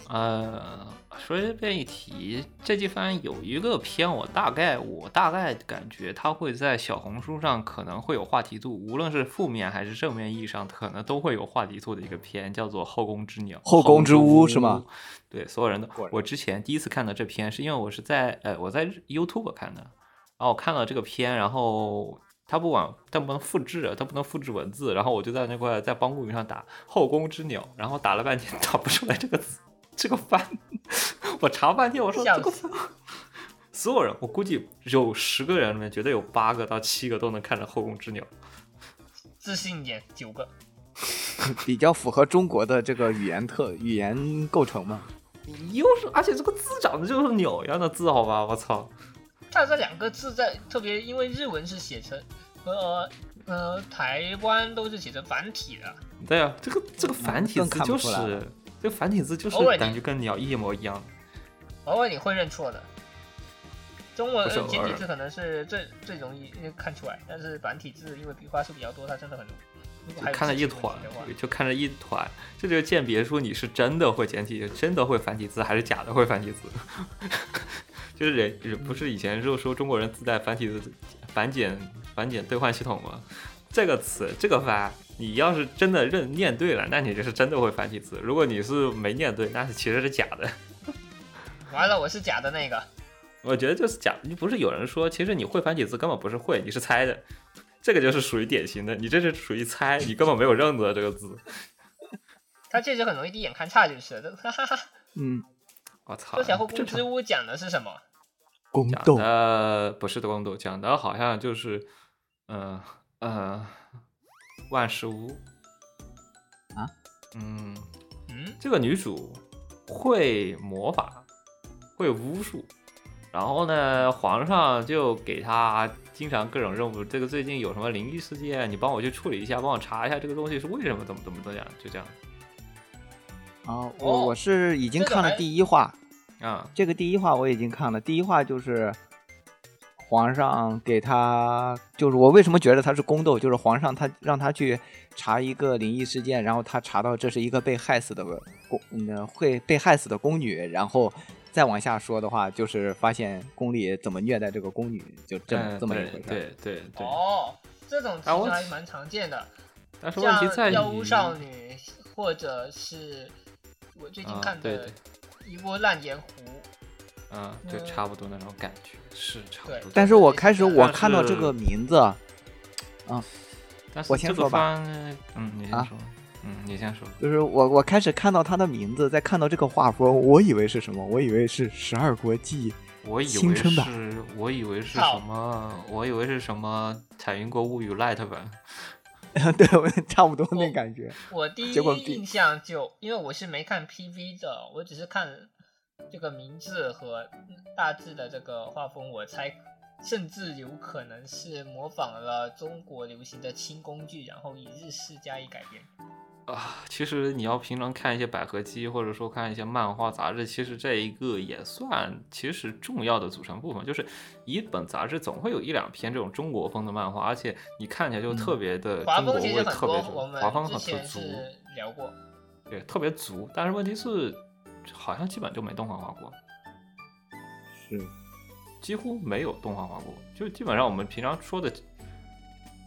呃，说这边一提，这季番有一个片，我大概我大概感觉它会在小红书上可能会有话题度，无论是负面还是正面意义上，可能都会有话题度的一个片，叫做《后宫之鸟》。后宫之屋是吗？对，所有人都果然。我之前第一次看到这片，是因为我是在呃我在 YouTube 看的，然后我哦看到这个片，然后它不往它不能复制，啊，它不能复制文字，然后我就在那块在帮顾云上打“后宫之鸟”，然后打了半天 打不出来这个词。这个番， 我查半天，我说笑这个死番，所有人，我估计有十个人里面，绝对有八个到七个都能看着《后宫之鸟》。自信一点，九个。比较符合中国的这个语言特语言构成嘛。你又是，而且这个字长得就是鸟一样的字，好吧，我操！它这两个字在特别，因为日文是写成和呃台湾都是写成繁体的，对啊，这个这个繁体更字看不就出来是，这个繁体字就是偶尔你感觉跟鸟一模一样。偶尔你会认错的。中文不是呃偶尔简体字可能是最最容易看出来，但是繁体字因为笔画数比较多，它真的很多。如果还就有看着一字体问团题的话，就看着一团，这就鉴别出你是真的会简体，真的会繁体字，还是假的会繁体字。 就是人人不是以前就说中国人自带繁体字繁简繁简兑换系统吗？这个词这个发，你要是真的认念对了，那你就是真的会繁体字；如果你是没念对，那其实是假的。完了我是假的那个，我觉得就是假，你不是有人说，其实你会繁体字根本不是会，你是猜的，这个就是属于典型的，你这是属于猜，你根本没有认得这个字。它确实很容易第一眼看差就是了。哈哈哈。嗯，我操！说起来后宫正常之屋讲的是什么？宫讲斗的不是的宫斗，讲的好像就是，嗯呃万事屋啊，嗯，嗯，这个女主会魔法，会巫术，然后呢，皇上就给她经常各种任务。这个最近有什么灵异事件，你帮我去处理一下，帮我查一下这个东西是为什么怎么怎么怎么样，就这样啊，哦我我是已经这个看了还第一话，啊。这个第一话我已经看了，第一话就是皇上给他，就是我为什么觉得他是宫斗，就是皇上他让他去查一个灵异事件，然后他查到这是一个被害死的宫，嗯，会被害死的宫女，然后再往下说的话，就是发现宫里怎么虐待这个宫女，就这么、哎这么一对回事。对对对。哦，这种其啊我实还蛮常见的，但是问题在像于，妖巫少女，或者是我最近啊看对的《一窝烂盐湖》嗯，就嗯差不多那种感觉，是差不对多。但是我开始我但看到这是个名字，但是我先这个说吧番，嗯，你啊先说，嗯，你先说。就是我我开始看到他的名字，再看到这个画风，我以为是什么？我以为是《十二国记》我以青为春版是，我以为是好什么？我以为是什么《彩云国物语》Light 版。 对，我差不多那哦感觉。我第一结果第印象就，因为我是没看 PV 的，我只是看这个名字和大致的这个画风，我猜甚至有可能是模仿了中国流行的清宫剧，然后以日式加以改编。啊，其实你要平常看一些百合姬，或者说看一些漫画杂志，其实这一个也算其实重要的组成部分。就是一本杂志总会有一两篇这种中国风的漫画，而且你看起来就特别的华中国风味，其实很特别多，足我华们风之很前足，是聊过。对，特别足。但是问题是，好像基本就没动画化过，是，几乎没有动画化过，就基本上我们平常说的。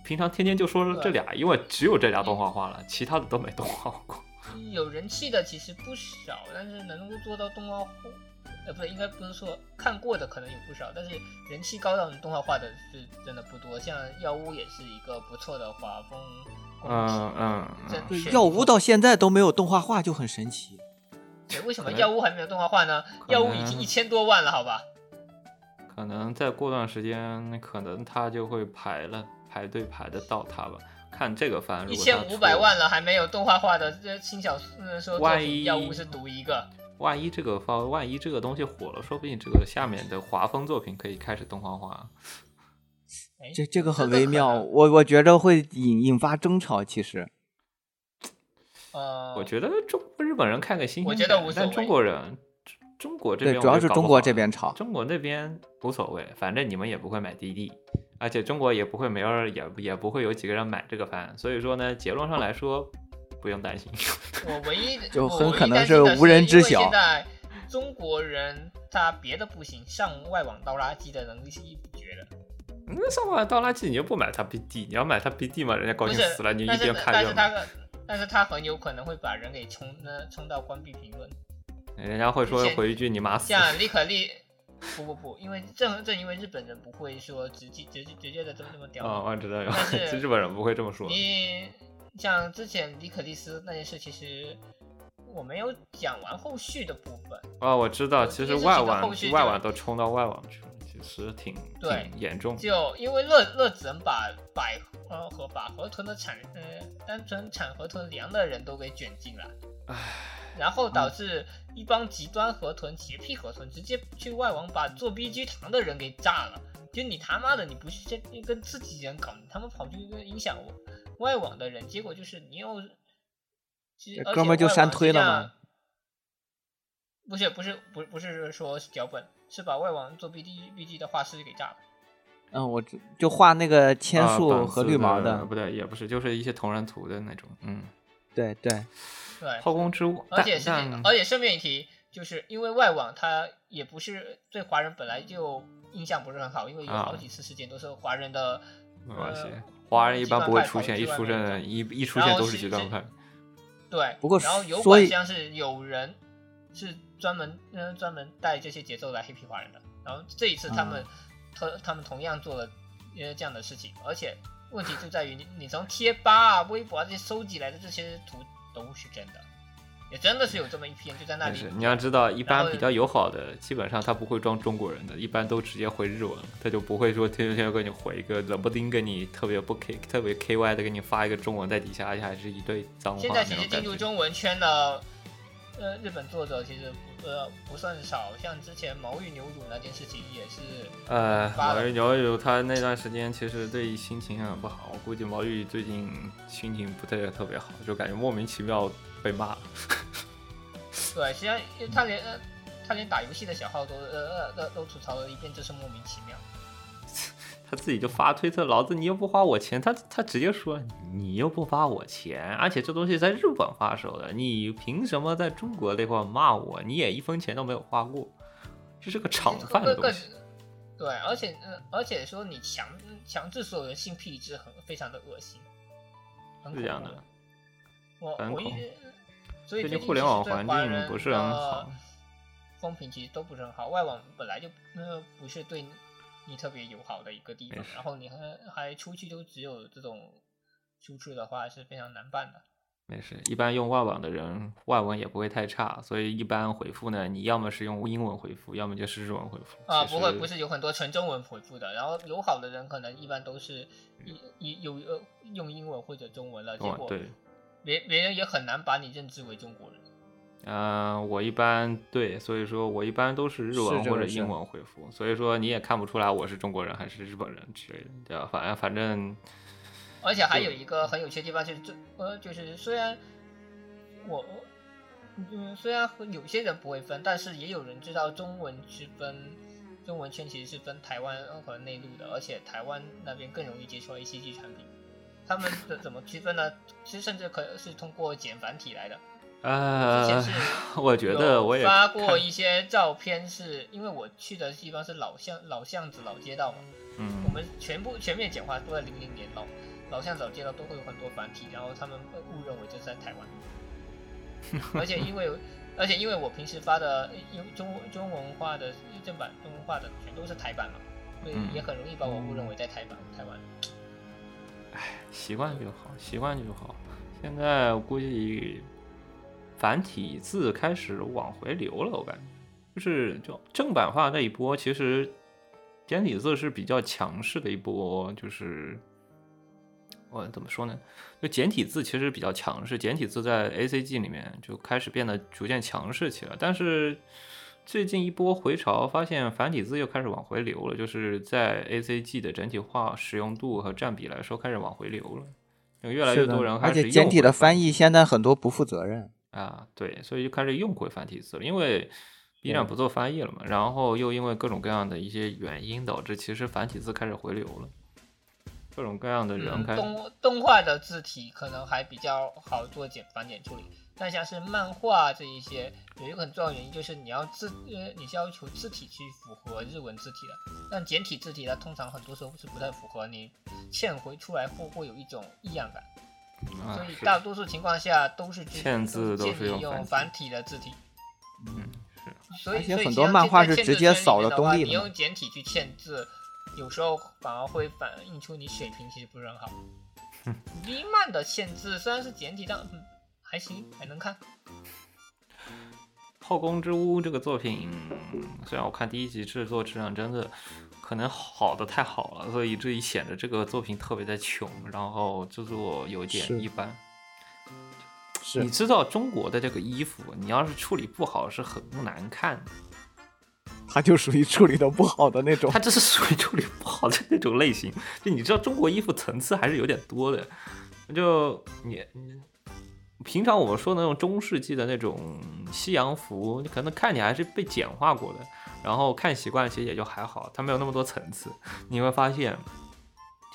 平常天天就说这对俩，因为只有这俩动画化了，其他的都没动画化 过。呃有人气的其实不少，但是能够做到动画化，呃，不是，应该不是说看过的可能有不少，但是人气高到动画化的是真的不多。像药屋也是一个不错的画风公嗯体，嗯这嗯，对，是药屋到现在都没有动画化，就很神奇。对为什么可能药屋还没有动画化呢？可能药屋已经一千多万了，好吧？可能再过段时间，可能他就会排了，排队排得到他吧。看这个番，一如果它千五百出万，了还没有动画化的这轻小呃说作万品，一药屋是独一个。万一这个番，万一这个东西火了，说不定这个下面的华风作品可以开始动画化。啊哎这这个很这个微可妙，能我我觉着会引引发争吵。其实，呃，我觉得中日本人看个新鲜感，我觉得无所但谓中国人，中国这对，边主要我也是搞中不国好这，边吵。中国那边无所谓，反正你们也不会买滴滴，而且中国也不会没有也也不会有几个人买这个番，所以说呢，结论上来说，不用担心。 我唯一的就我很唯一可能担是心的是无人知因为晓现在中国人他别的不行，上外网倒垃圾的能力是一绝的。那上完倒垃圾，你又不买它 BD，你要买它 BD 嘛，人家高不兴是，死了，你一但是边看但着是买，他但是他很有可能会把人给冲那冲到关闭评论。人家会说之前回一句你妈死。像李可丽，不不不，因为正正因为日本人不会说直接直接直接的这么这么屌。哦，我知道，但是这日本人不会这么说。你像之前李可丽斯那件事，其实我没有讲完后续的部分。哦，我知道，我其这实件事外情的网后续就外网都冲到外网去了，其实挺对挺严重。就因为乐乐只能把百呃和把河豚的产呃单纯产河豚粮的人都给卷进来，唉，然后导致一帮极端河豚、洁癖河豚直接去外网把做 B G 糖的人给炸了。就你他妈的，你不是跟跟自己人搞，你他妈跑去跟影响我外网的人，结果就是你又，其实这哥们儿就删推了吗？而且外网是这样不是不是不是不是说是脚本，是把外网做 B D B G 的画师给炸了。嗯，我知就画那个千啊树本和子绿毛的，不对，也不是，就是一些同人图的那种。嗯，对对，对，后宫之物，而但且是这但，而且顺便一提，就是因为外网它也不是对华人本来就印象不是很好，因为有啊好几次事件都是华人的，没关系呃，华人一般不会出现，极一端派出现跑极端派一一出然现后都是是极端是派。对，不过然后油所管以像是有人是专门嗯、专门带这些节奏来黑皮华人的，然后这一次他嗯们他、他们同样做了呃这样的事情，而且问题就在于你你从贴吧啊、微博啊这些收集来的这些图都是真的，也真的是有这么一批人就在那但里是你要知道，一般后比较友好的，基本上他不会装中国人的，一般都直接回日文，他就不会说天天给你回一个冷不丁给你特别不 K 特别 K Y 的给你发一个中文在底下，而且还是一堆脏话现那在其种实进感入觉。中文圈的，呃，日本作者其实不呃不算少，像之前毛玉牛乳那件事情也是，呃，发毛了玉牛乳他那段时间其实对心情很不好，我估计毛玉最近心情不是特别好，就感觉莫名其妙被骂了。对，实际上因为他连、呃、他连打游戏的小号都呃呃都都吐槽了一遍，这是莫名其妙。他自己就发推特，老子你又不花我钱，他他直接说你又不花我钱，而且这东西在日本发售的，你凭什么在中国那块骂我？你也一分钱都没有花过，这是个这厂个饭的更东西。对，而且呃，而且说你强嗯强制所有人性癖是很非常的恶心，很是恐这样怖的。我很我一恐直，所最以最近近互联其实网对环华境人不是很的好，风评其实都不是很好。外网本来就呃不是对你特别友好的一个地方没，事然后你还还出去都只有这种输出的话是非常难办的。没事，一般用外网的人外文也不会太差，所以一般回复呢，你要么是用英文回复，要么就是日文回复。啊，其不会，实不是有很多纯中文回复的，然后友好的人可能一般都是一一有呃用英文或者中文了，结嗯哦果对别别人也很难把你认知为中国人。嗯、我一般对，所以说我一般都是日是文这或者回事英文回复，所以说你也看不出来我是中国人还是日本人之类的，对吧？反正反正而且还对有一个很有趣的地方就是这呃，就是虽然我嗯虽然和有些人不会分，但是也有人知道中文之分，中文圈其实是分台湾和内陆的，而且台湾那边更容易接触 A C G 产品。他们的怎么区分呢？其实甚至可是通过简繁体来的。之前呃 是，我觉得我也有发过看一些照片是，因为我去的地方是老巷老巷子老街道嘛，我嗯，们全部全面简化都在零零年老老巷子老街道都会有很多繁体，然后他们呃误认为这是在台湾，而且因为而且因为我平时发的因为中中文化的正版中文化的全都是台版嘛，所以嗯也很容易把我误认为在台版台湾。习惯就好，习惯就好。现在我估计繁体字开始往回流了，我感觉就是就正版化那一波，其实简体字是比较强势的一波，就是我怎么说呢？就简体字其实比较强势，简体字在 A C G 里面就开始变得逐渐强势起来。但是最近一波回潮，发现繁体字又开始往回流了，就是在 A C G 的整体化使用度和占比来说开始往回流了。有越来越是的多人而开始且简体用的回繁翻译现在很多不负责任。啊，对，所以就开始用回繁体字了，因为 B 站对不做翻译了嘛，然后又因为各种各样的一些原因，导致其实繁体字开始回流了，各种各样的人嗯开始，动动画的字体可能还比较好做简繁简处理，但像是漫画这一些，有一个很重要的原因就是你要字呃你是要求字体去符合日文字体的，但简体字体它通常很多时候是不太符合，你嵌回出来后会有一种异样感，啊所以是大多数情况下都是支嵌字都都是是建议用用繁繁体的字体。嗯是。所以而且所以很其多实漫这画在是嵌直字接圈里扫面了的东话立你的嘛用简体去嵌字，有时候反而会反映出你水平其实不是很好。V 漫的嵌字虽然是简体，但、嗯、还行，还能看。 《后宫之屋》这个作品，虽然我看第一集制作质量真的可能好的太好了，所以这一显得这个作品特别的穷，然后制作有是点一般。是你知道中国的这个衣服，你要是处理不好是很难看的，他就属于处理的不好的那种它。这是属于处理不好的那种类型。 就你知道中国衣服层次还是有点多的，就你你平常我们说的那种中世纪的那种西洋服，你可能看起来还是被简化过的，然后看习惯其实也就还好，它没有那么多层次。你会发现，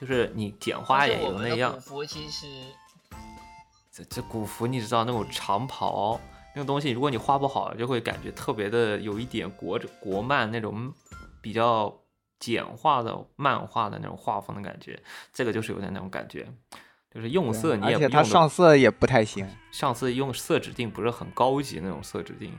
就是你简化而也且我有们那的样古，服其实这这古服你知道那种长袍那个东西，如果你画不好，就会感觉特别的有一点国国漫那种比较简化的漫画的那种画风的感觉，这个就是有点那种感觉，就是用色你也而不且用他得上色也不 太行。上次用色指定不是很高级那种色指定，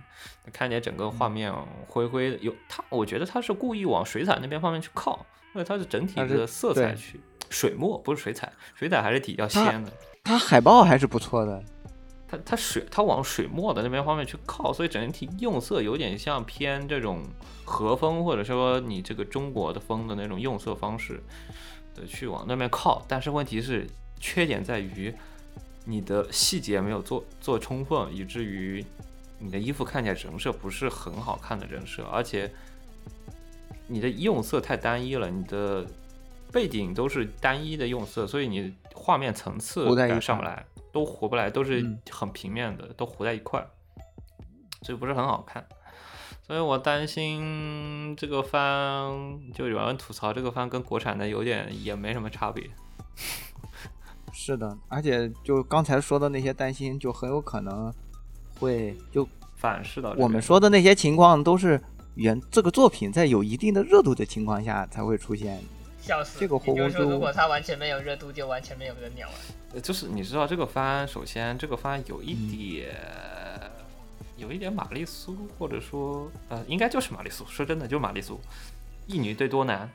看起来整个画面灰灰的。有他，我觉得他是故意往水彩那边方面去靠，因为它是整体它是的色彩对去水墨，不是水彩，水彩还是比较鲜的。他海报还是不错的，它它水它往水墨的那边方面去靠，所以整体用色有点像偏这种和风，或者说你这个中国的风的那种用色方式的去往那边靠。但是问题是，缺点在于你的细节没有做做充分，以至于你的衣服看起来人设不是很好看的人设，而且你的用色太单一了，你的背景都是单一的用色，所以你画面层次糊在一感块上不来，都糊不来，都是嗯很平面的，都糊在一块，所以不是很好看。所以我担心这个番，就有人吐槽这个番跟国产的有点也没什么差别。是的，而且就刚才说的那些担心，就很有可能会就反噬到这我们边说的那些情况，都是原这个作品在有一定的热度的情况下才会出现。哦笑死！这个也就是火锅说，猪如果它完全没有热度，就完全没有人鸟了。呃就是你知道这个番，首先这个番有嗯一点，有一点玛丽苏，或者说呃，应该就是玛丽苏。说真的，就是玛丽苏，一女对多男，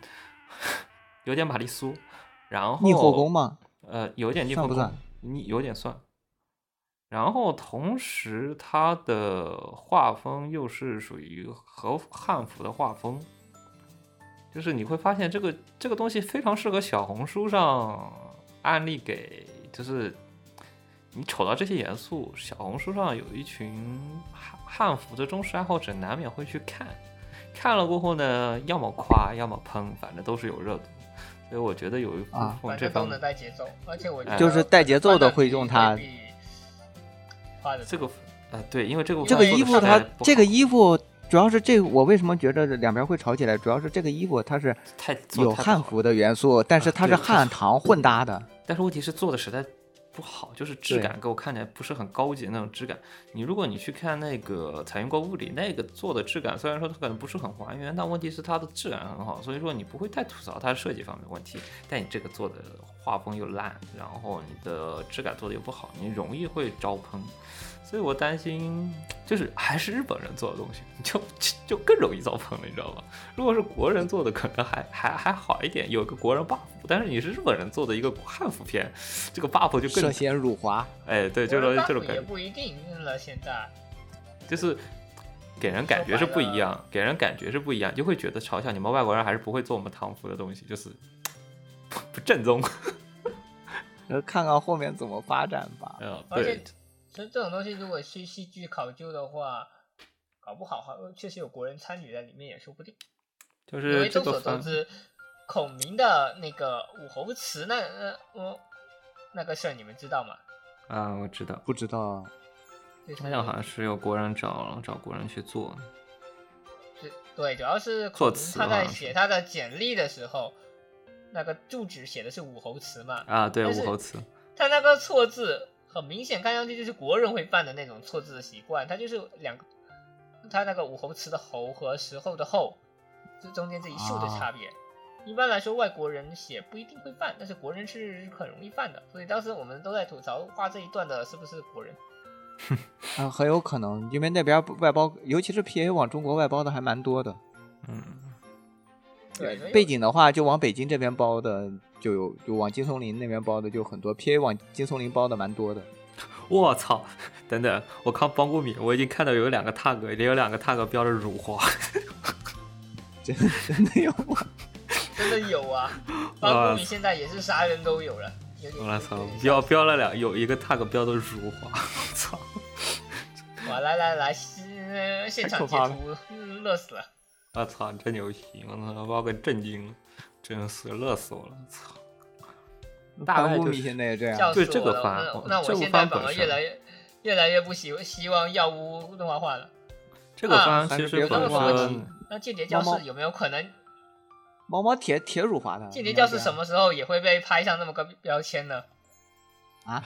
有点玛丽苏。然后逆后宫嘛，呃，有点逆算后不宫算，你有点算。然后同时，它的画风又是属于和汉服的画风，就是你会发现这个这个东西非常适合小红书上案例给，就是你瞅到这些元素，小红书上有一群汉汉服的忠实爱好者，难免会去看。看了过后呢，要么夸，要么喷，反正都是有热度。所以我觉得有一部啊分反这正方都面能带节奏，而且我哎觉得就是带节奏的会用它它。画的这个呃，对，因为这个这我个刚才衣说服的它实在不这个好衣服主要是这我为什么觉着两边会吵起来，主要是这个衣服它是太做有太不汉好啊服的元素，但是它对是它 汉唐混搭的。但是问题是做的实在不好，就是质对感给我看起来不是很高级的那种质感。你如果你去看那个《彩云国物理》那个做的质感，虽然说它可能不是很还原，但问题是它的质感很好，所以说你不会太吐槽它的设计方面问题。但你这个做的画风又烂，然后你的质感做的又不好，你容易会招喷。所以我担心，就是还是日本人做的东西，就就更容易遭喷了，你知道吗？如果是国人做的，可能还还还好一点，有个国人 buff。但是你是日本人做的一个汉服片，这个 buff 就涉更嫌辱华，哎，对，这这种种这这种种感也觉，不一定了。现在就是给人感觉是不一样，给人感觉是不一样，就会觉得嘲笑你们外国人还是不会做我们唐服的东西，就是不不正 宗。呃看看后面怎么发展吧。嗯，而且对，所以这种东西如果去戏剧考究的话，搞不好还呃确实有国人参与在里面也说不定。就因是为这众个所周番，知，孔明的那个武侯祠那呃我那个事儿你们知道吗？啊，我知道，不知道就是那好像是有国人找找国人去做，是对，主要是做孔明词他好在像写是他的简历的时候，那个住址写的是武侯祠嘛，啊，对，但是武侯祠，他那个错字很明显，看上去就是国人会犯的那种错字的习惯，他就是两个，他那个武侯祠的侯和时候的后，这中间这一竖的啊差别。一般来说，外国人写不一定会犯，但是国人是很容易犯的。所以当时我们都在吐槽画这一段的是不是国人。啊、很有可能，因为那边外包，尤其是 PA 往中国外包的还蛮多的。嗯，对，所以背景的话，就往北京这边包的就有，就往金松林那边包的就很多，PA 往金松林包的蛮多的。我操！ 等等，我看帮过敏，我已经看到有两个 tag，也有两个 tag 标着辱华， 真的真的有 吗？真的有 啊，哇包括你现在也是啥人都有了。有点我操有点，标标了两，有一个 tag 标的辱华， 我操！哇，来来来，现现太可场截怕图，嗯乐死了。我操，真牛皮！我操，把我给震惊了，真是乐死我了！操，大概班就乌米是现在也这笑样。死对这个我了番那我那这我个现在番反本而身越来越越来越不希希望药屋动画化了。这个番啊其还是别实本说了身那间谍教猫猫哦室有没有可能？毛毛铁铁辱华的。间谍教室你要这样什么时候也会被拍上那么个标签呢？啊？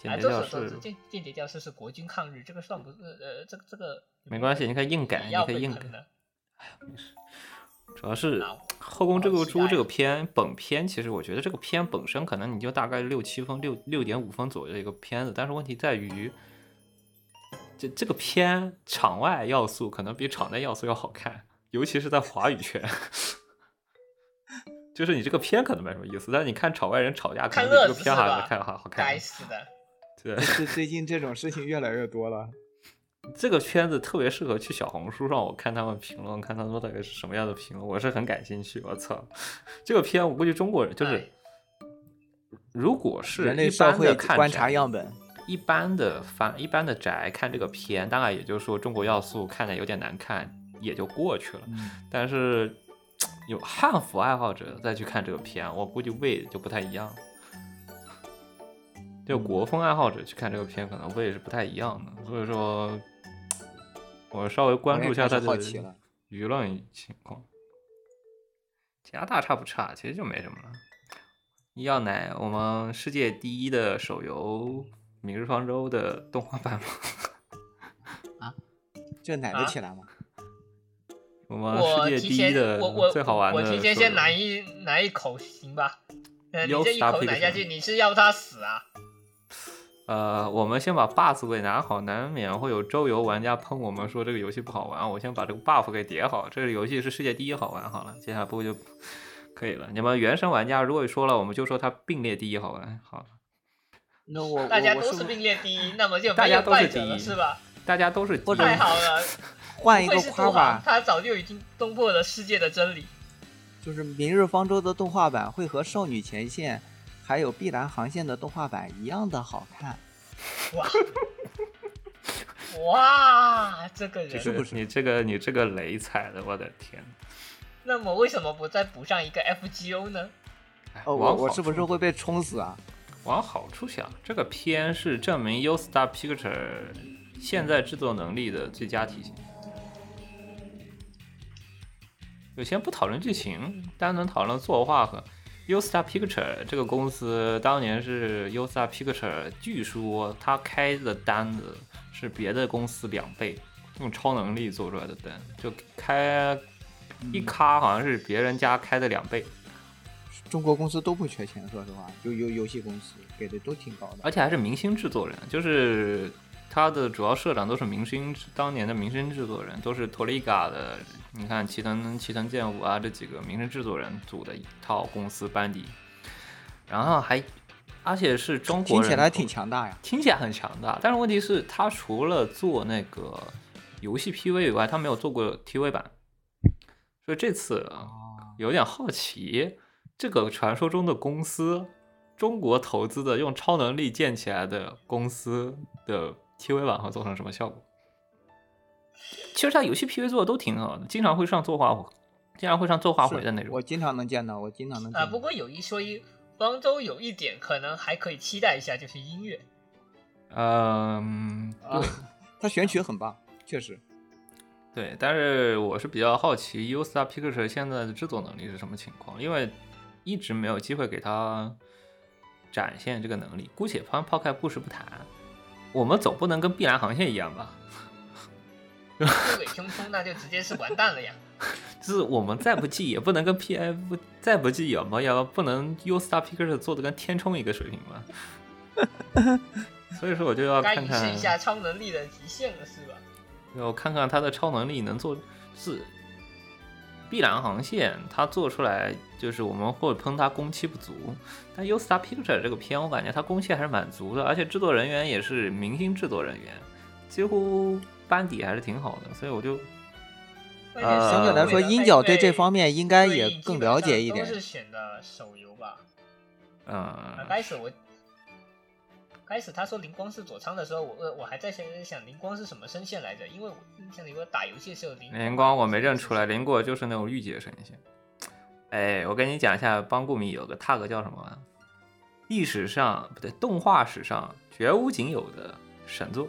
简哎，直众就所周是知，间间谍教室是国军抗日，这个算不呃呃，这个这个没关系，你可以硬改，也你要可被以硬改喷。的。主要是啊后宫这个我猪好期这待个片本片，其实我觉得这个片本身可能你就大概六七分、六六点五分左右的一个片子，但是问题在于，这这个片场外要素可能比场内要素要好看，尤其是在华语圈。 就是你这个片可能没什么意思，但是你看场外人吵架，可看能比这乐个子是片还吧好？看还好看该。死的，对，最最近这种事情越来越多了。这个圈子特别适合去小红书上，我看他们评论，看他们都大概是什么样的评论，我是很感兴趣。我操， 这个片我估计中国人就是哎，如果是人类一社般会的看观察宅样本，一般的番、一般的宅看这个片，当然也就是说中国要素看的有点难看，也就过去了。嗯但是有汉服爱好者再去看这个片，我估计味就不太一样。嗯就国风爱好者去看这个片，可能味是不太一样的。所以说，我稍微关注一下他我也开始好的奇了舆论情况。其他大差不差，其实就没什么了。医药奶，我们世界第一的手游《明日方舟》的动画版吗？这奶啊得起来吗？我们我世界提第一前的我我最好玩的我手游。提前先来一来一口行吧？呃，你这一 Yostar 口奶下 Peterson 去，你是要他死啊？呃，我们先把 buff 给拿好，难免会有周游玩家喷我们说这个游戏不好玩。我先把这个 buff 给叠好，这个游戏是世界第一好玩好了，接下来不就可以了。你们原生玩家如果说了，我们就说它并列第一好玩好了。 那我大家我都我是是不并是列第一，那么就大没家有都败是者第了，一是吧？大家都是第或一者太好了，换一不愧个是夸多好吧，，他早就已经东破了世界的真理。就是《明日方舟》的动画版会和《少女前线》还有《碧蓝航线》的动画版一样的好看。 哇哇，这个这人，个不是你这个你这个雷踩的，我的天！那么为什么不再补上一个 FGO 呢？哎哦，我往我好是不处是会被冲死啊？往好处想，这个片是证明 U Star Picture 现在制作能力的最佳体现。有先不讨论剧情，单纯讨论作画和 U Star Picture 这个公司当年是 U Star Picture，据说他开的单子是别的公司两倍，用超能力做出来的单，就开一咖好像是别人家开的两倍。中国公司都不缺钱，说实话，就游游戏公司给的都挺高的。而且还是明星制作人，就是他的主要社长都是明星，当年的明星制作人都是托利嘎的。你看齐藤齐藤健吾啊，这几个明星制作人组的一套公司班底，然后还而且是中国听人，起来挺，强大呀。听起来很强大。但是问题是，他除了做那个游戏 PV 以外，他没有做过 TV 版，所以这次啊有点好奇，这个传说中的公司，中国投资的用超能力建起来的公司的 TV 版会做成什么效果？其实它游戏 PV 做的都挺好的，经常会上作画回，经常会上作画回的那是种我。经常能见到，我经常能见啊，到。不过有一说一，方舟有一点可能还可以期待一下，就是音乐。嗯，啊，他选曲很棒，确实。对，但是我是比较好奇 U Star Picture 现在的制作能力是什么情况，因为一直没有机会给他展现这个能力。姑且抛抛开故事不谈，我们总不能跟碧蓝航线一样吧？怒尾冲冲，那就直接是完蛋了 呀！就是我们再不济，也不能跟 P F 再不济，也不也不能 U Star Picture 做的跟天冲一个水平吧？ 所以说，我就要该看仪看式一下超能力的极限了，是吧？我看看他的超能力能做是碧蓝航线，他做出来就是我们会喷他工期不足，但《U Star Picture》这个片我感觉他工期还是蛮足的，而且制作人员也是明星制作人员，几乎班底还是挺好的，所以我就关呃键是呃相对来说，为了鹰角对配这方面应该也对更了解一基本点上。都是选的手游吧？啊，呃开始我开始他说灵光是左仓的时候，我呃我还在想想灵光是什么声线来着，因为我印象里我打游戏的时候灵灵光我没认出来，灵果就是那种御姐神仙。哎，我跟你讲一下，邦固米有个 tag 叫什么啊？历史上不对，动画史上绝无仅有的神作。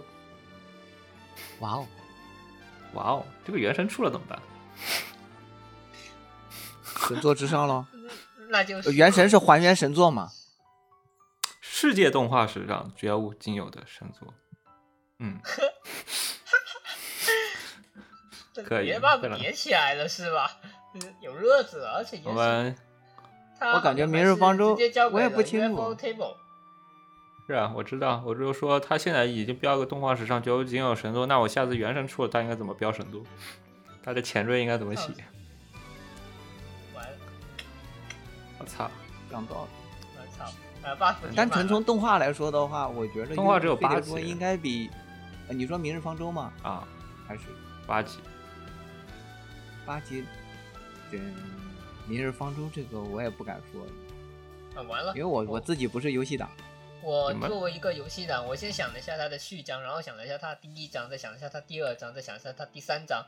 哇哦，哇哦，这个原神出了怎么办？神作之上喽！那就是呃原神是还原神 作嘛？世界动画史上绝无仅有的神作。 嗯，可以别吧对了别起来了是吧？嗯有热子了，而且我原神们它我感觉明日方舟直接交给我也不了清楚 UFO Table 是啊，我知道，我就说他现在已经标个动画史上绝无仅有神作，那我下次原神出了，他应该怎么标神作？他的前缀应该怎么写？哦完了我操，想到了。我操，啊 buff 叠满了单纯从动画来说的话，我觉得动画只有八集费列罗应该比，呃你说《明日方舟》吗？啊，还是八级，八集？对，《明日方舟》这个我也不敢说，啊完了因为，我我自己不是游戏党。我你们作为一个游戏党，我先想了一下它的序章，然后想了一下它第一章，再想了一下它第二章，再想了一下它第三章，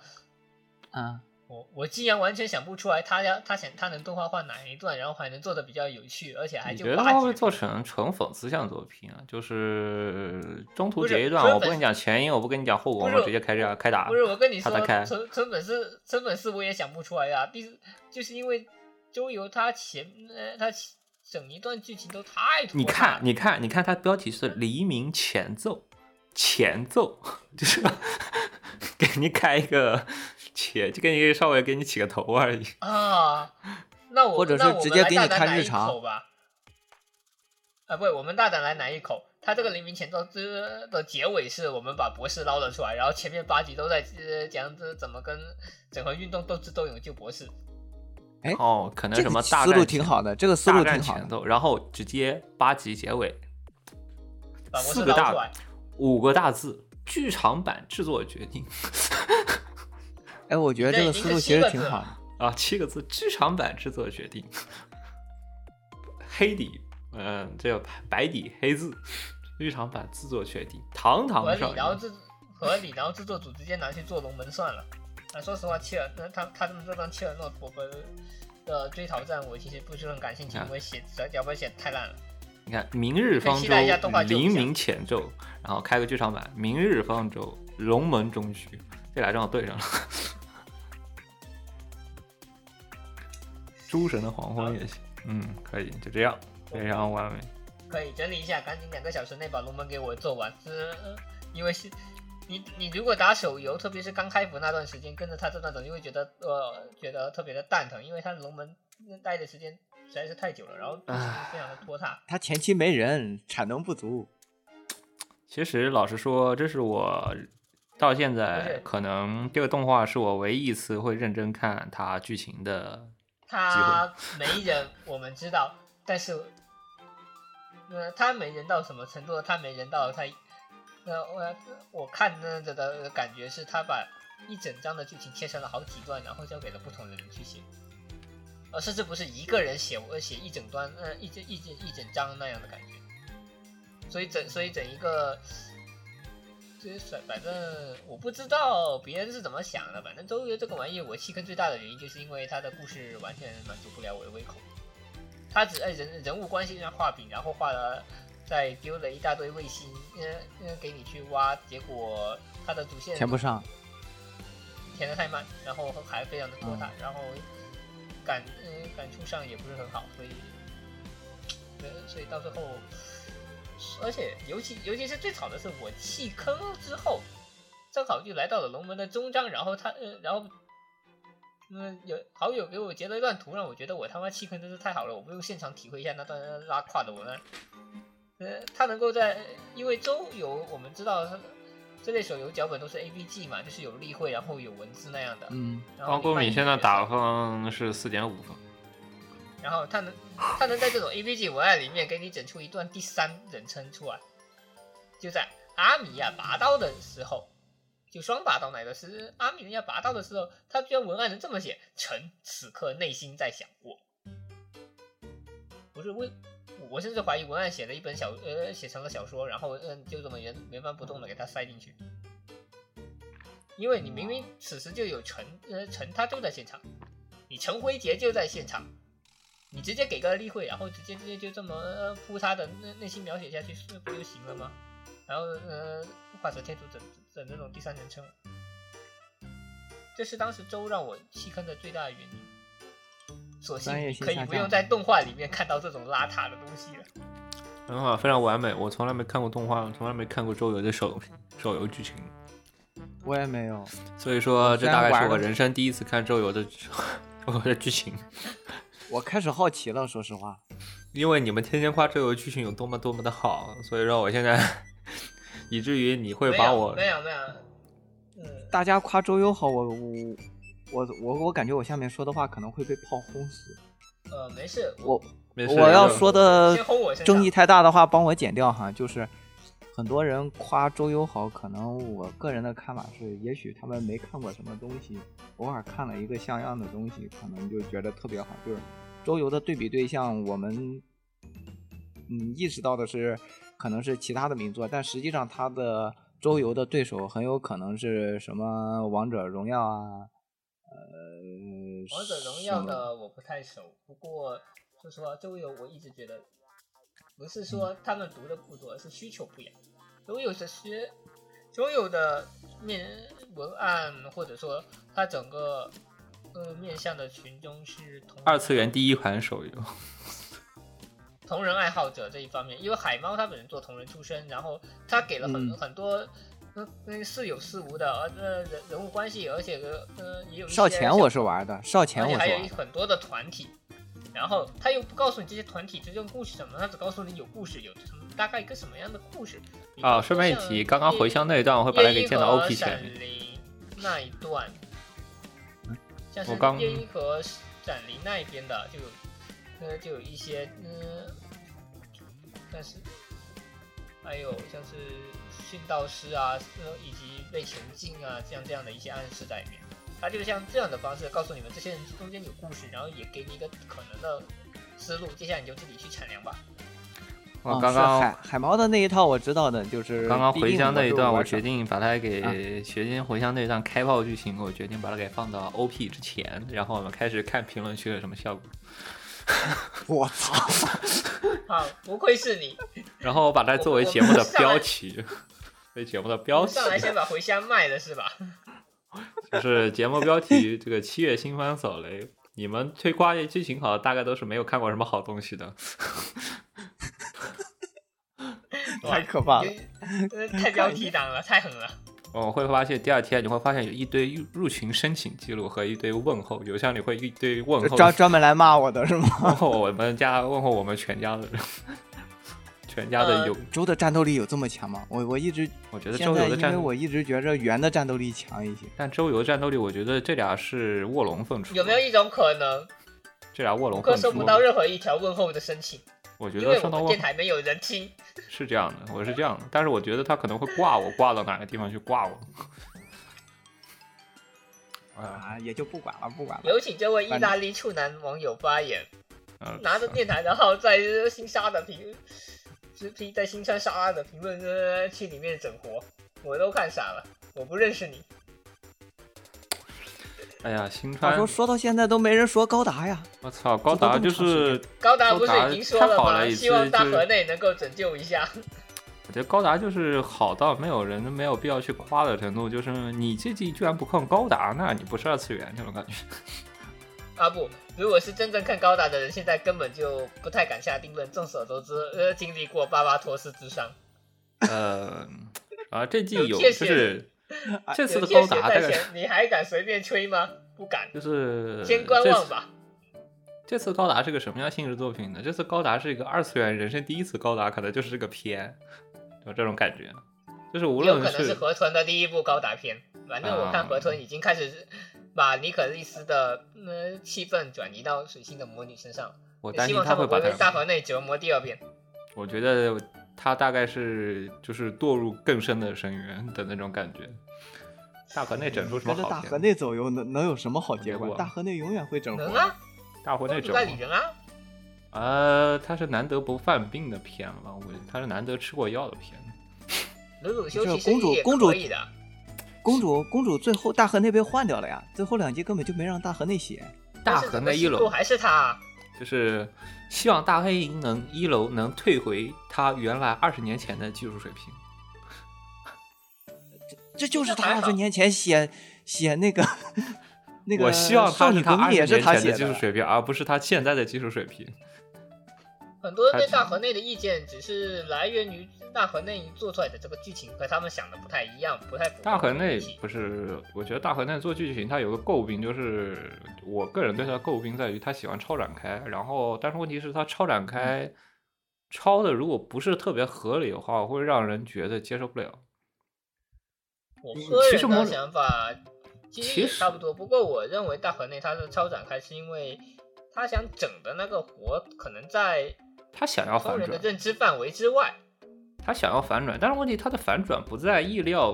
啊，我我竟然完全想不出来他要他想他能动画化哪一段，然后还能做的比较有趣，而且还你哎就觉得八它会集不会做成纯讽刺向作品啊？就是中途不是截一段，纯我不粉跟你讲前因，我不跟你讲后果，不是我直接开这开打不。是我跟你说他在开，纯纯本事，纯本事我也想不出来啊！毕就是因为周游他前呃他整一段剧情都太拖沓你看了，你看，你看，它标题是“黎明前奏”，前奏就是 给你开一个前，就给你稍微给你起个头而已。啊， 那我或者是那我直们接来给大你胆看来一日常口吧。啊，不，我们大胆来来一口。他这个《黎明前奏之》的结尾是我们把博士捞了出来，然后前面八集都在呃讲这怎么跟整合运动斗智斗勇救博士。哎哦，可能这什么个大思路战挺前好的，这个思大路战挺好前的。奏，然后直接八集结尾，把博士四个捞大出来，五个大字，剧场版制作决定哎，我觉得这这已个经思是路七其实个挺字好了的。啊，七个字，剧场版制作决定，黑底，嗯、这个白底黑字，剧场版制作决定，堂堂合上理，然后映。制合理，然后制作组直接拿去做龙门算了。啊，说实话，切尔那他他这么这张切尔诺伯格的追逃战，我其实不是很感兴嗯趣，啊因为写脚本写得太烂了。你看，明日方可以期舟待一下动画，剧黎情明前奏，然后开个剧场版，明日方舟，龙门中区，这俩正好对上了。诸神的黄昏也行，嗯，可以，就这样，非常完美。可以整理一下，赶紧两个小时内把龙门给我做完。呃，因为是你你如果打手游，特别是刚开服那段时间，跟着他这段走，你会觉得呃觉得特别的蛋疼，因为他龙门待的时间实在是太久了，然后剧情唉非常的拖沓。他前期没人，产能不足。其实老实说，这是我到现不在是可能这个动画是我唯一一次会认真看它剧情的。他没人，我们知道，但是，呃，他没人到什么程度呢？他没人到他，呃，我我看那的的呃感觉是他把一整章的剧情切成了好几段，然后交给了不同的人去写，呃，甚至不是一个人写，我写一整段，呃，一整一整一整章那样的感觉，所以整所以整一个。就是反反正我不知道别人是怎么想的，反正周游这个玩意我弃坑最大的原因就是因为它的故事完全满足不了我的胃口，它只在人人物关系上画饼，然后画了再丢了一大堆卫星，嗯嗯给你去挖，结果它的主线填不上，填的太慢，然后还非常的拖沓，然后感嗯、感触上也不是很好，所以呃所以到最后，而且尤其尤其是最吵的是我弃坑之后，正好就来到了龙门的终章，然后他嗯、然后。嗯，有好友给我截了一段图，让我觉得我他妈弃坑真是太好了，我不用现场体会一下那段拉胯的文案。呃，他能够在，因为周游我们知道它这类手游脚本都是 A B G 嘛，就是有例会，然后有文字那样的。嗯，然后汪你公扮敏演现在角色打分是四点五分，然后他能他能在这种 A B G 文案里面给你整出一段第三人称出来，就在阿米亚拔刀的时候，就双拔刀来的是阿米亚拔刀的时候，他居然文案能这么写：臣此刻内心在想过，不是为。我甚至怀疑文案写了一本小呃写成了小说，然后嗯就这么原原封不动的给它塞进去，因嗯为你明明此时就有陈呃陈他就在现场，你陈辉杰就在现场，你直接给个例会，然后直接直接就这么呃铺他的内内心描写下去，是不就行了吗？然后呃，画蛇添足整整那种第三人称，这是当时周让我弃坑的最大的原因。索性专业性可以下不降用在动画里面看到这种邋遢的东西了。很好，非常完美。我从来没看过动画，从来没看过周游的手手游剧情，我也没有。所以说这虽哦然大概是玩我了人生第一次看周游的 周游的剧情。我开始好奇了，说实话，因为你们天天夸周游剧情有多么多么的好，所以说我现在 以至于你会没把有我没有没有，嗯，大家夸周游好，我我我我我感觉我下面说的话可能会被炮轰死。呃，没事，我没事我要就说的先轰我身上争议太大的话，帮我剪掉哈。就是很多人夸周游好，可能我个人的看法是，也许他们没看过什么东西，偶尔看了一个像样的东西，可能就觉得特别好。就是周游的对比对象，我们嗯意识到的是，可能是其他的名作，但实际上他的周游的对手很有可能是什么王者荣耀啊。呃，王者荣耀呢，我不太熟，不过说实话，周游我一直觉得，不是说他们读的不多，是需求不一样。周游的学，周游的面文案或者说它整个呃面向的群众是同二次元第一款手游，同人爱好者这一方面，因为海猫他本人做同人出身，然后他给了很、嗯很多。嗯，嗯是有是无的，而呃人人物关系，而且呃也有一些少前我是玩的，少前而我且是还有玩一的，很多的团体，然后他又不告诉你这些团体真正故事什么，他只告诉你有故事，有什么大概一个什么样的故事。啊，顺便一提，刚刚回乡那一段，我会把它给建到 OP 前面。面。那一段，像是我刚夜莺和闪灵那一边的，就有呃就有一些嗯，但是还有像是殉道师啊，呃以及被囚禁啊，这样这样的一些暗示在里面。他就是像这样的方式告诉你们，这些人中间有故事，然后也给你一个可能的思路，接下来你就自己去产粮吧。我啊刚是海刚海猫的那一套我知道的，就是刚刚地回硬乡的那一时候段，我玩决少定把它给决定回乡那一段开炮剧情，我决定把它给放到 OP 之前，然后我们开始看评论区有什么效果。 我 操，啊，不愧是你！然后我把它作为节目的标题， 为节目的标题上来先把茴香卖了是吧？就是节目标题这个七月新番扫雷。你们推跨越剧情好，大概都是没有看过什么好东西的。太可怕了！呃太标题党 了，太狠了。我会发现第二天你会发现有一堆入入群申请记录和一堆问候，邮箱里会一堆 问就候， 专专门来骂我的是吗？问候我们家，问候我们全家的人， 全家的呃邮周的战斗力有这么强吗？我我一直我觉得现周在游的因战为，我一直觉着圆的战斗力强一些。但周游的战斗力，我觉得这俩是卧龙凤雏。有没有一种可能，这俩卧龙顾凤客雏收？不到任何一条问候的申请，我觉因得为收我到们卧电台没有人听。是这样的，我是这样的，但是我觉得他可能会挂我，挂到哪个地方去挂我。啊，啊，也就不管了，不管了。有请这位意大利处男网友发言，呃拿着电台的号在呃新沙的评，直批在新川沙拉的评论呃区里面整活，我都看傻了，我不认识你。哎呀，新话川说，说到现在都没人说高达呀，我操，高达就是，高达不是高达已经说了太好吗？了希望大就是河内能够拯救一下。 我觉得高达就是好到没有人没有必要去夸的程度，就是你这季居然不看高达，那你不是二次元这种感觉。 啊不，如果是真正看高达的人，现在根本就不太敢下定论。众所周知，呃，经历过巴巴托斯之伤，呃，啊，这季有有界就限是这次有的界高限达大在概前，你还敢随便吹吗？不敢，就是先观这望次吧。这次高达是个什么样性质作品呢？这次高达是一个二次元人生第一次高达，可能就是这个片，有这种感觉，就是无也有论可能是是啊河豚的第一部高达片。反正我看河豚已经开始把尼可丽斯的呃气氛转移到水星的魔女身上了，我担希心望他会们不把会被大它，河内折磨第二遍。我觉得他大概是就是堕入更深的深渊的那种感觉。大河内整出什么跟着好啊大片？河内走游能能有什么好结结果果？大河内永远会整活能的。啊，大河嗯内不整代理人啊，呃，他是难得不犯病的片了吧？我他是难得吃过药的片。鲁鲁修这其实公主也公主可以的。公主公主最后大河内被换掉了呀，最后两集根本就没让大河内写。大但是河整个内一西部楼还是他啊。就是希望大黑鹰能一楼能退回他原来二十年前的技术水平。这就是这他还二好 十年前写写那个 那个，我希望他少是女他革二命也十是年前他的写技术水平，而不是他现在的技术水平。很多他对只大河内的意见只是来源于大河内做出来的这个剧情和他们想的不太一样，不太符合大河内整体不是，我觉得大河内做剧情他有个诟病，就是我个人对他的诟病在于他喜欢超展开，然后但是问题是他超展开、嗯超的如果不是特别合理的话，会让人觉得接受不了。我嗯个其实人某的种想法其实其也实差不多，不过我认为大河内他是超展开，是因为他想整的那个活可能在他想要通反人的转，认知范围之外。他想要反转，但是问题他的反转不在意料，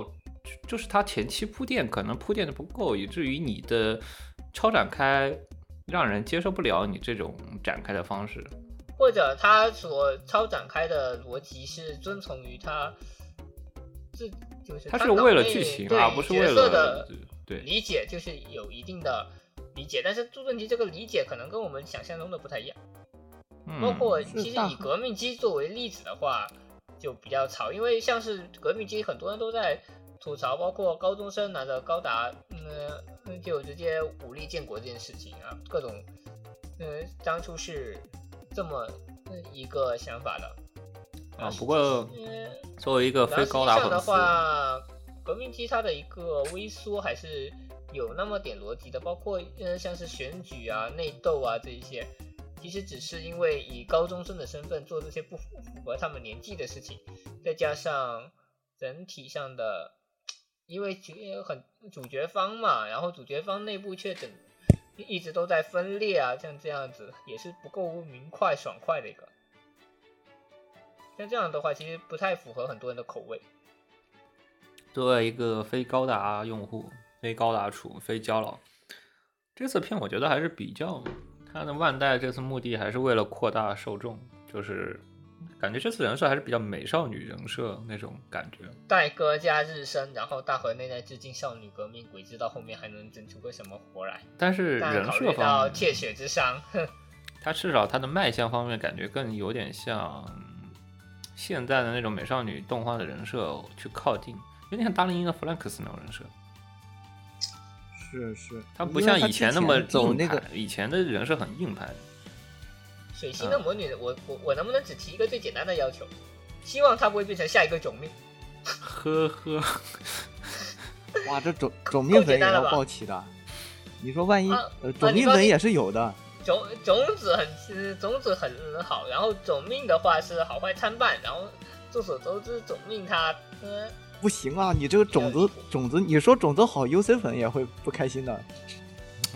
就就是他前期铺垫可能铺垫的不够，以至于你的超展开让人接受不了你这种展开的方式。或者他所超展开的逻辑是遵从于他自就是他是脑为了内剧情对啊，不是角为色了的对，理解就是有一定的理解，但是朱正吉这个理解可能跟我们想象中的不太一样。嗯包括是其实大以革命机作为例子的话，就比较吵，因为像是革命机，很多人都在吐槽，包括高中生拿着高达，嗯、嗯就直接武力建国这件事情啊，各种，嗯、当初是这么呃一个想法的。啊，不过嗯、作为一个然后非实际高达上的粉丝，话，革命机它的一个微缩还是有那么点逻辑的，包括呃像是选举啊、内斗啊这一些，其实只是因为以高中生的身份做这些不符符合他们年纪的事情，再加上整体上的，因为主很主角方嘛，然后主角方内部却整一直都在分裂啊，像这样子也是不够明快爽快的一个。像这样的话，其实不太符合很多人的口味。作为一个非高达用户、非高达厨、非胶佬，这次片我觉得还是比较，它的万代这次目的还是为了扩大受众，就是感觉这次人设还是比较美少女人设那种感觉。代歌加日升，然后大河内在致敬少女革命，鬼知道后面还能整出个什么活来。但是但人考设虑方到面，铁血之伤， 哼，它至少它的卖相方面感觉更有点像现在的那种美少女动画的人设去靠近，有点像大林鹰的弗兰克斯那种人设。是是，它不因为像它以之那么走硬那个派，以前的人设很硬派。水星的魔女，我我我能不能只提一个最简单的要求？希望她不会变成下一个囧命。呵呵，哇，这 种够种命粉简也单了要吧抱起的。你说万一啊呃啊种你命说粉你也是有的，种种子很呃种子很好，然后种命的话是好坏参半，然后众所周知，种命它嗯、不行啊！你这个种子种子，你说种子好，UC 粉也会不开心的。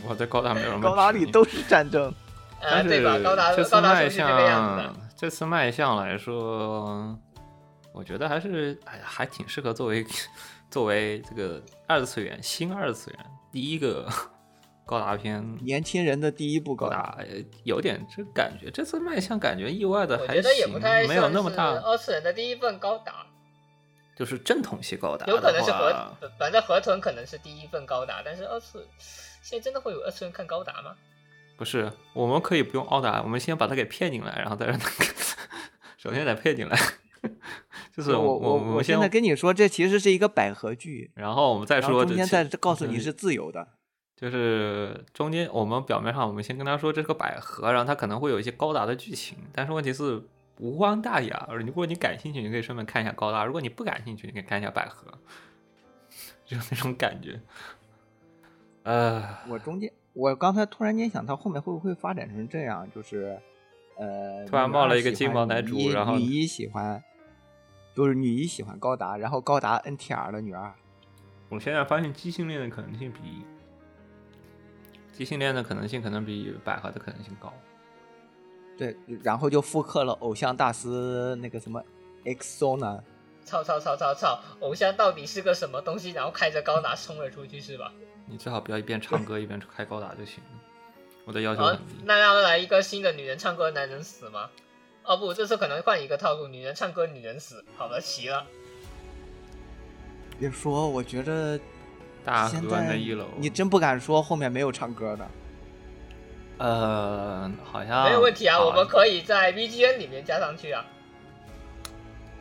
我在高达没有什么高达执里念都是战争，呃但是对吧？高达这次高达卖就是这个样子的相，，这次卖相来说，我觉得还是哎呀，还挺适合作为作为这个二次元新二次元第一个 高达片年轻人的第一步高高达。达，呃有点这感觉。这次卖相感觉意外的我还觉得也不行太，没有像那么是哦大，二次元的第一份高达。就是正统系高达的有话，可能是河，反正河豚可能是第一份高达，但是二次现在真的会有二次元看高达吗？不是，我们可以不用奥达，我们先把他给骗进来，然后再让他 首先得骗进来， 就是我我我们现先在跟你说，这其实是一个百合剧，然后我们再然说后这中期，间再告诉你就是自由的。就是中间我们表面上我们先跟他说这是个百合，然后他可能会有一些高达的剧情，但是问题是无关大雅。如果你感兴趣，你可以顺便看一下高达；如果你不感兴趣，你可以看一下百合， 就是那种感觉。呃，我中间，我刚才突然间想，他后面会不会发展成这样？就是，呃，突然女冒二了一个喜金欢毛男女主一然后女一喜欢，就是女一喜欢高达，然后高达 NTR 的女二。我现在发现畸性恋的可能性比畸性恋的可能性可能比百合的可能性高。对，然后就复刻了偶像大师那个什么 EXO 呢？操操操操操！偶像到底是个什么东西？然后开着高达冲了出去是吧？你最好不要一边唱歌一边开高达就行了，我的要求然很后低。那要来一个新的女人唱歌男人死吗？哦不，这次可能换一个套路，女人唱歌女人死。好了，齐了。别说，我觉得大现河湾在的一楼，你真不敢说后面没有唱歌的。呃，好像没有问题啊，好我们可以在 BGN 里面加上去啊。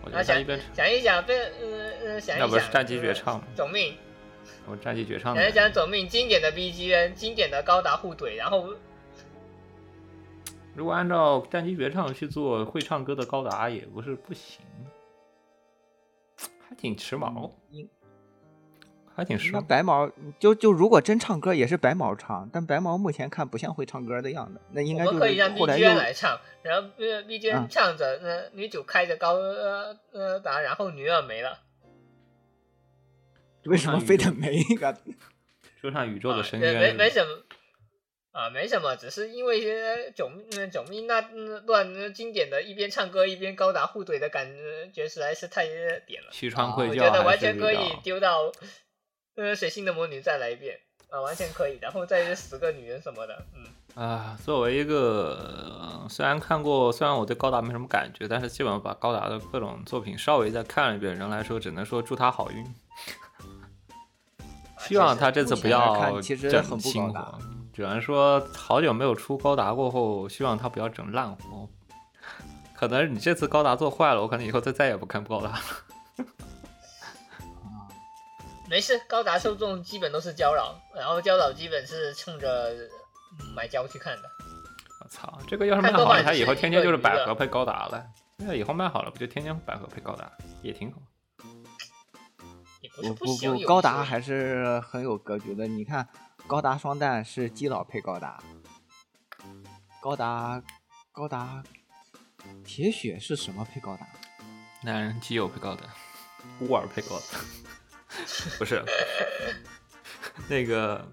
我觉得他那想一边想一想，被呃呃想一想，要不是战机绝唱呃总命我战绩绝唱的想一想，总命经典的 BGN，经典的高达互怼，然后如果按照战机绝唱去做会唱歌的高达，也不是不行，还挺时髦，嗯应还挺时那髦。白毛就就如果真唱歌也是白毛唱，但白毛目前看不像会唱歌的样子，那应该我就们可以让是后来 BGM 来又唱，然后呃 BGM 嗯唱着，那、女主开着高呃呃达，然后女二没了，为什么非得没一个？说唱宇宙的深啊渊，没没什么。啊，没什么，只是因为呃囧呃囧咪那那段呃经典的一边唱歌一边高达互怼的感觉实在是太呃点了，西川我贵觉教得还完是全比可以较。丢到呃水星的魔女再来一遍啊，完全可以，然后再死个女人什么的，嗯，啊，作为一个呃虽然看过，虽然我对高达没什么感觉，但是基本上把高达的各种作品稍微再看了一遍，人来说，只能说祝他好运。啊希望他这次不要目前来看其实很整不新高达活，只能说好久没有出高达过后，希望他不要整烂活。可能你这次高达做坏了，我可能以后再再也不看高达了。没事，高达受众基本都是胶佬，然后胶佬基本是冲着嗯买胶去看的。我操，这个要是卖看动好了，漫他以后是一天天个就是娱百乐合配高达了。那以后卖好了，不就天天百合配高达，也挺好。也不是不不不行，有一不，些高达还是很有格局的。你看，高达双蛋是基佬配高达，高达高达铁血是什么配高达？男人基友配高达，乌尔配 高达，不是那个。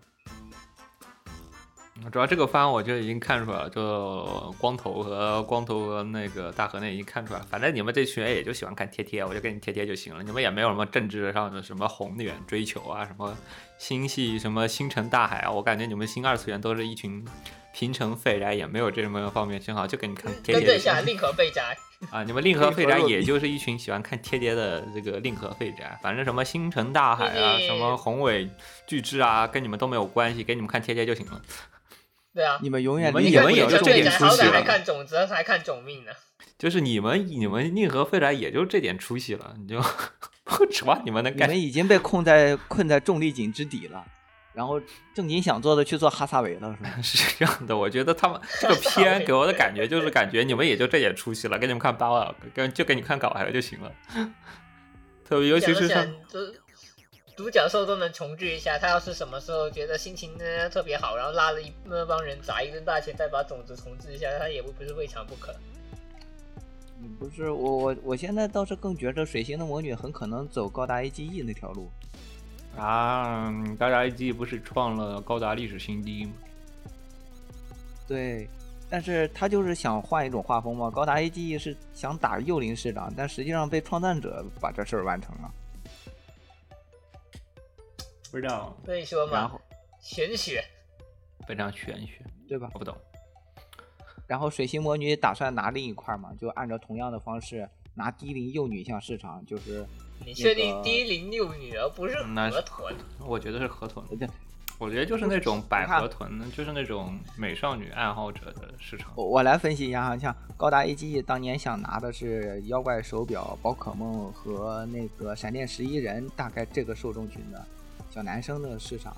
主要这个番我就已经看出来了，就光头和光头和那个大河内已经看出来了。反正你们这群人也就喜欢看贴贴，我就给你贴贴就行了。你们也没有什么政治上的什么宏远追求啊，什么星系什么星辰大海啊，我感觉你们新二次元都是一群平成废宅，也没有这么方面挺好，就给你看贴贴就行了。更正一下，令和被宅。啊，你们令和废宅也就是一群喜欢看贴贴的这个令和废宅，反正什么星辰大海啊，对什么宏伟巨制啊，跟你们都没有关系，给你们看贴贴就行了。对啊，你们永远你们理也解看不也了令就和这这被种点宅出好息歹还了看种子，还看种命呢。就是你们你们令和废宅也就这点出息了，你就 不指望你们能你干们已经被困在困在重力井之底了，然后正经想做的去做哈萨维了，是吧？是这样的，我觉得他们这个片给我的感觉就是感觉你们也就这点出息了，给你们看八万，跟就给你看搞来了就行了。特别尤其是像独独角兽都能重聚一下，他要是什么时候觉得心情呢特别好，然后拉了一那帮人砸一顿大钱，再把种子重置一下，他也不不是未尝不可。 不是我我我现在倒是更觉着水星的魔女很可能走高达 A G E 那条路，啊，高达 A G 不是创了高达历史新低吗？对，但是他就是想换一种画风嘛。高达 A G E 是想打幼林市长，但实际上被创战者把这事儿完成了。不知道，所以说然嘛后，玄学非常玄学，对吧我？不懂。然后水星魔女打算拿另一块嘛，就按照同样的方式拿低龄幼女向市场，就是你那确个定低龄幼女而不是那河豚？我觉得是河豚，对我觉得就是那种百看合豚，就是那种美少女爱好者的市场。我我来分析一下啊，像高达 A G E 当年想拿的是妖怪手表、宝可梦和那个闪电十一人，大概这个受众群的小男生的市场。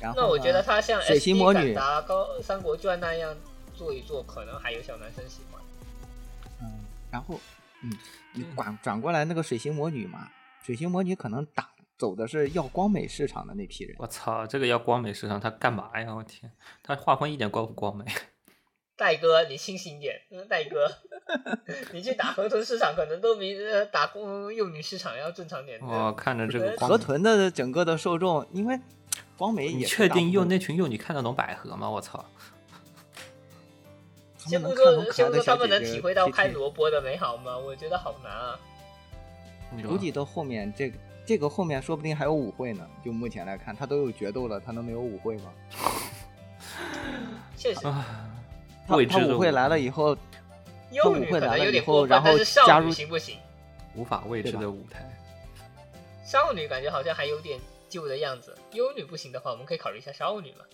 然后那我呢觉得他像水 S 星 D 魔敢女，达高呃三国传那样做一做，可能还有小男生喜欢。嗯，然后嗯，你转转过来那个水星魔女嘛，水星魔女可能打走的是耀光美市场的那批人。我操，这个要光美市场，它干嘛呀？我天，它画风一点光不光美。 戴哥，你清醒点，嗯戴哥， 你去打河豚市场，可能都比呃打工幼女市场要正常点。我看着这个光河美，豚的整个的受众，因为光美你也确定用用那群幼女看得懂百合吗？我操，他先们不能说看先懂，可不爱的说他小姐们能体姐会到贴开贴萝卜的美好吗？我觉得好难啊。你估计到后面这个这个后面说不定还有舞会呢。就目前来看，他都有决斗了，他能没有舞会吗？确实，啊，他未知他的舞会来了以后，幼女可能有点过然分，后但是少加入女行不行？无法未知对吧的舞台。少女感觉好像还有点旧的样子。幼女不行的话，我们可以考虑一下少女嘛。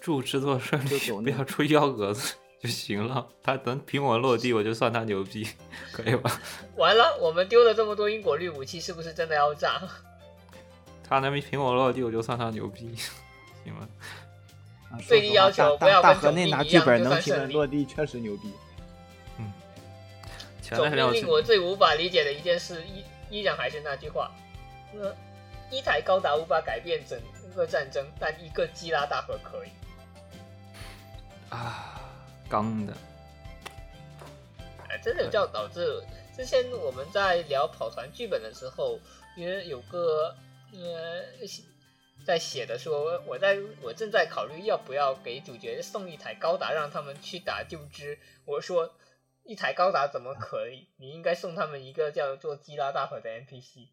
祝制 作顺就走利，不那要出幺蛾子 就行了。他能平稳落地，我就算他牛逼， 可以吧？完了，我们丢了这么多因果律武器，是不是真的要炸？他能平稳落地，我就算他牛逼， 行了。啊说最实低话要求大不要大跟大河种内地拿一剧样本就能算平胜稳利落地，确实牛逼。前总段时间之，我令我去，最无法理解的一件事，依依然还是那句话，呃，一台高达无法改变整个战争，但一个基拉大河可以。啊，刚的，哎，真的有叫导致之前我们在聊跑团剧本的时候，因为有个呃写在写的说，我在我正在考虑要不要给主角送一台高达，让他们去打旧织。我说一台高达怎么可以？你应该送他们一个叫做基拉大河的 NPC。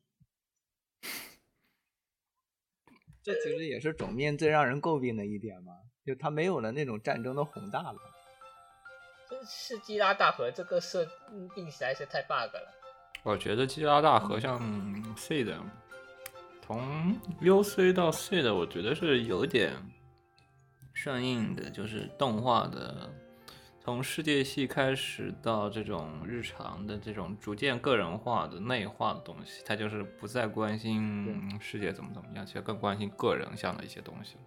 这其实也是种面最让人诟病的一点嘛，就他没有了那种战争的宏大了。真是基拉大河这个设定实在是太 bug 了。我觉得基拉大和像 C 的，从六岁到岁的，我觉得是有点上映的，就是动画的，从世界系开始到这种日常的这种逐渐个人化的内化的东西，他就是不再关心世界怎么怎么样，其实更关心个人上的一些东西。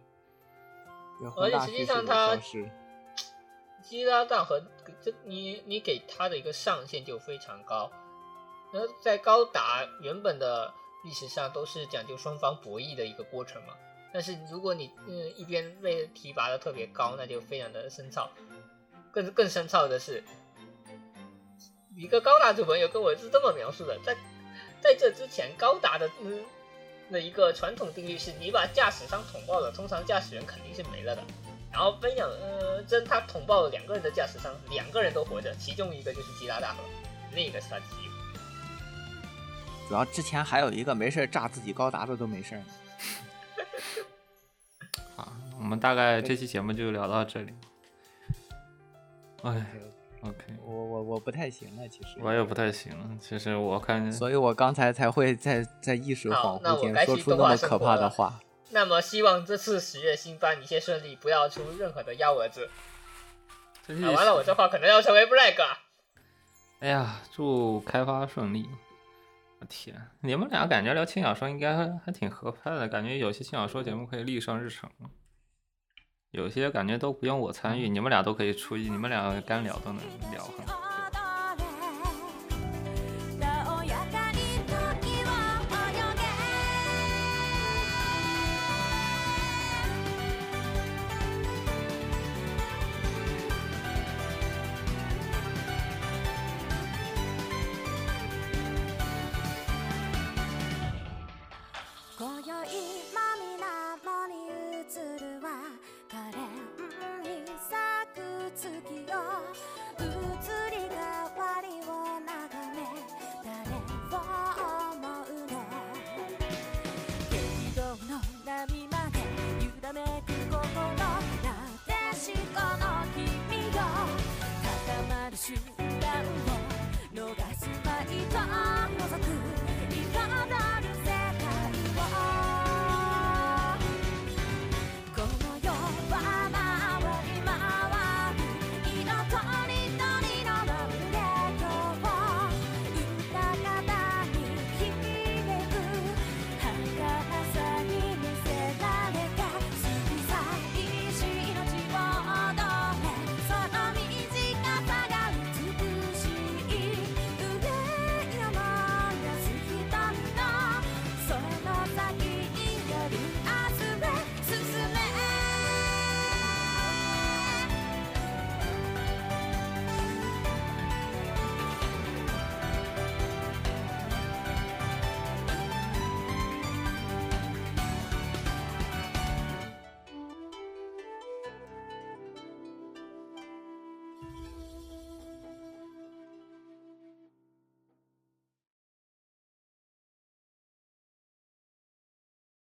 对而且宏大实际叙上事的它消失基拉大和这你你给他的一个上限就非常高。那在高达原本的历史上都是讲究双方博弈的一个过程嘛，但是如果你嗯一边被提拔的特别高，那就非常的深造。更更深造的是，一个高达主朋友跟我是这么描述的，在在这之前，高达的嗯的一个传统定律是，你把驾驶舱捅爆了，通常驾驶员肯定是没了的。然后分享，呃，真他捅爆了两个人的驾驶舱，两个人都活着，其中一个就是基拉大和，另一个是他自己。主要之前还有一个没事儿炸自己高达的都没事儿。啊，我们大概这期节目就聊到这里。哎，OK，我我我不太行了，其实，我也不太行了。其实我看，所以我刚才才会在在意识好恍那我惚间该说去出动那画么生可活怕的了话。那么希望这次十月新番一切顺利，不要出任何的幺蛾子。这啊，完了，我这话可能要成为 flag 啊。哎呀，祝开发顺利！我天，你们俩感觉聊轻小说应该还还挺合拍的，感觉有些轻小说节目可以立上日程了，有些感觉都不用我参与，你们俩都可以出一，你们俩干聊都能聊很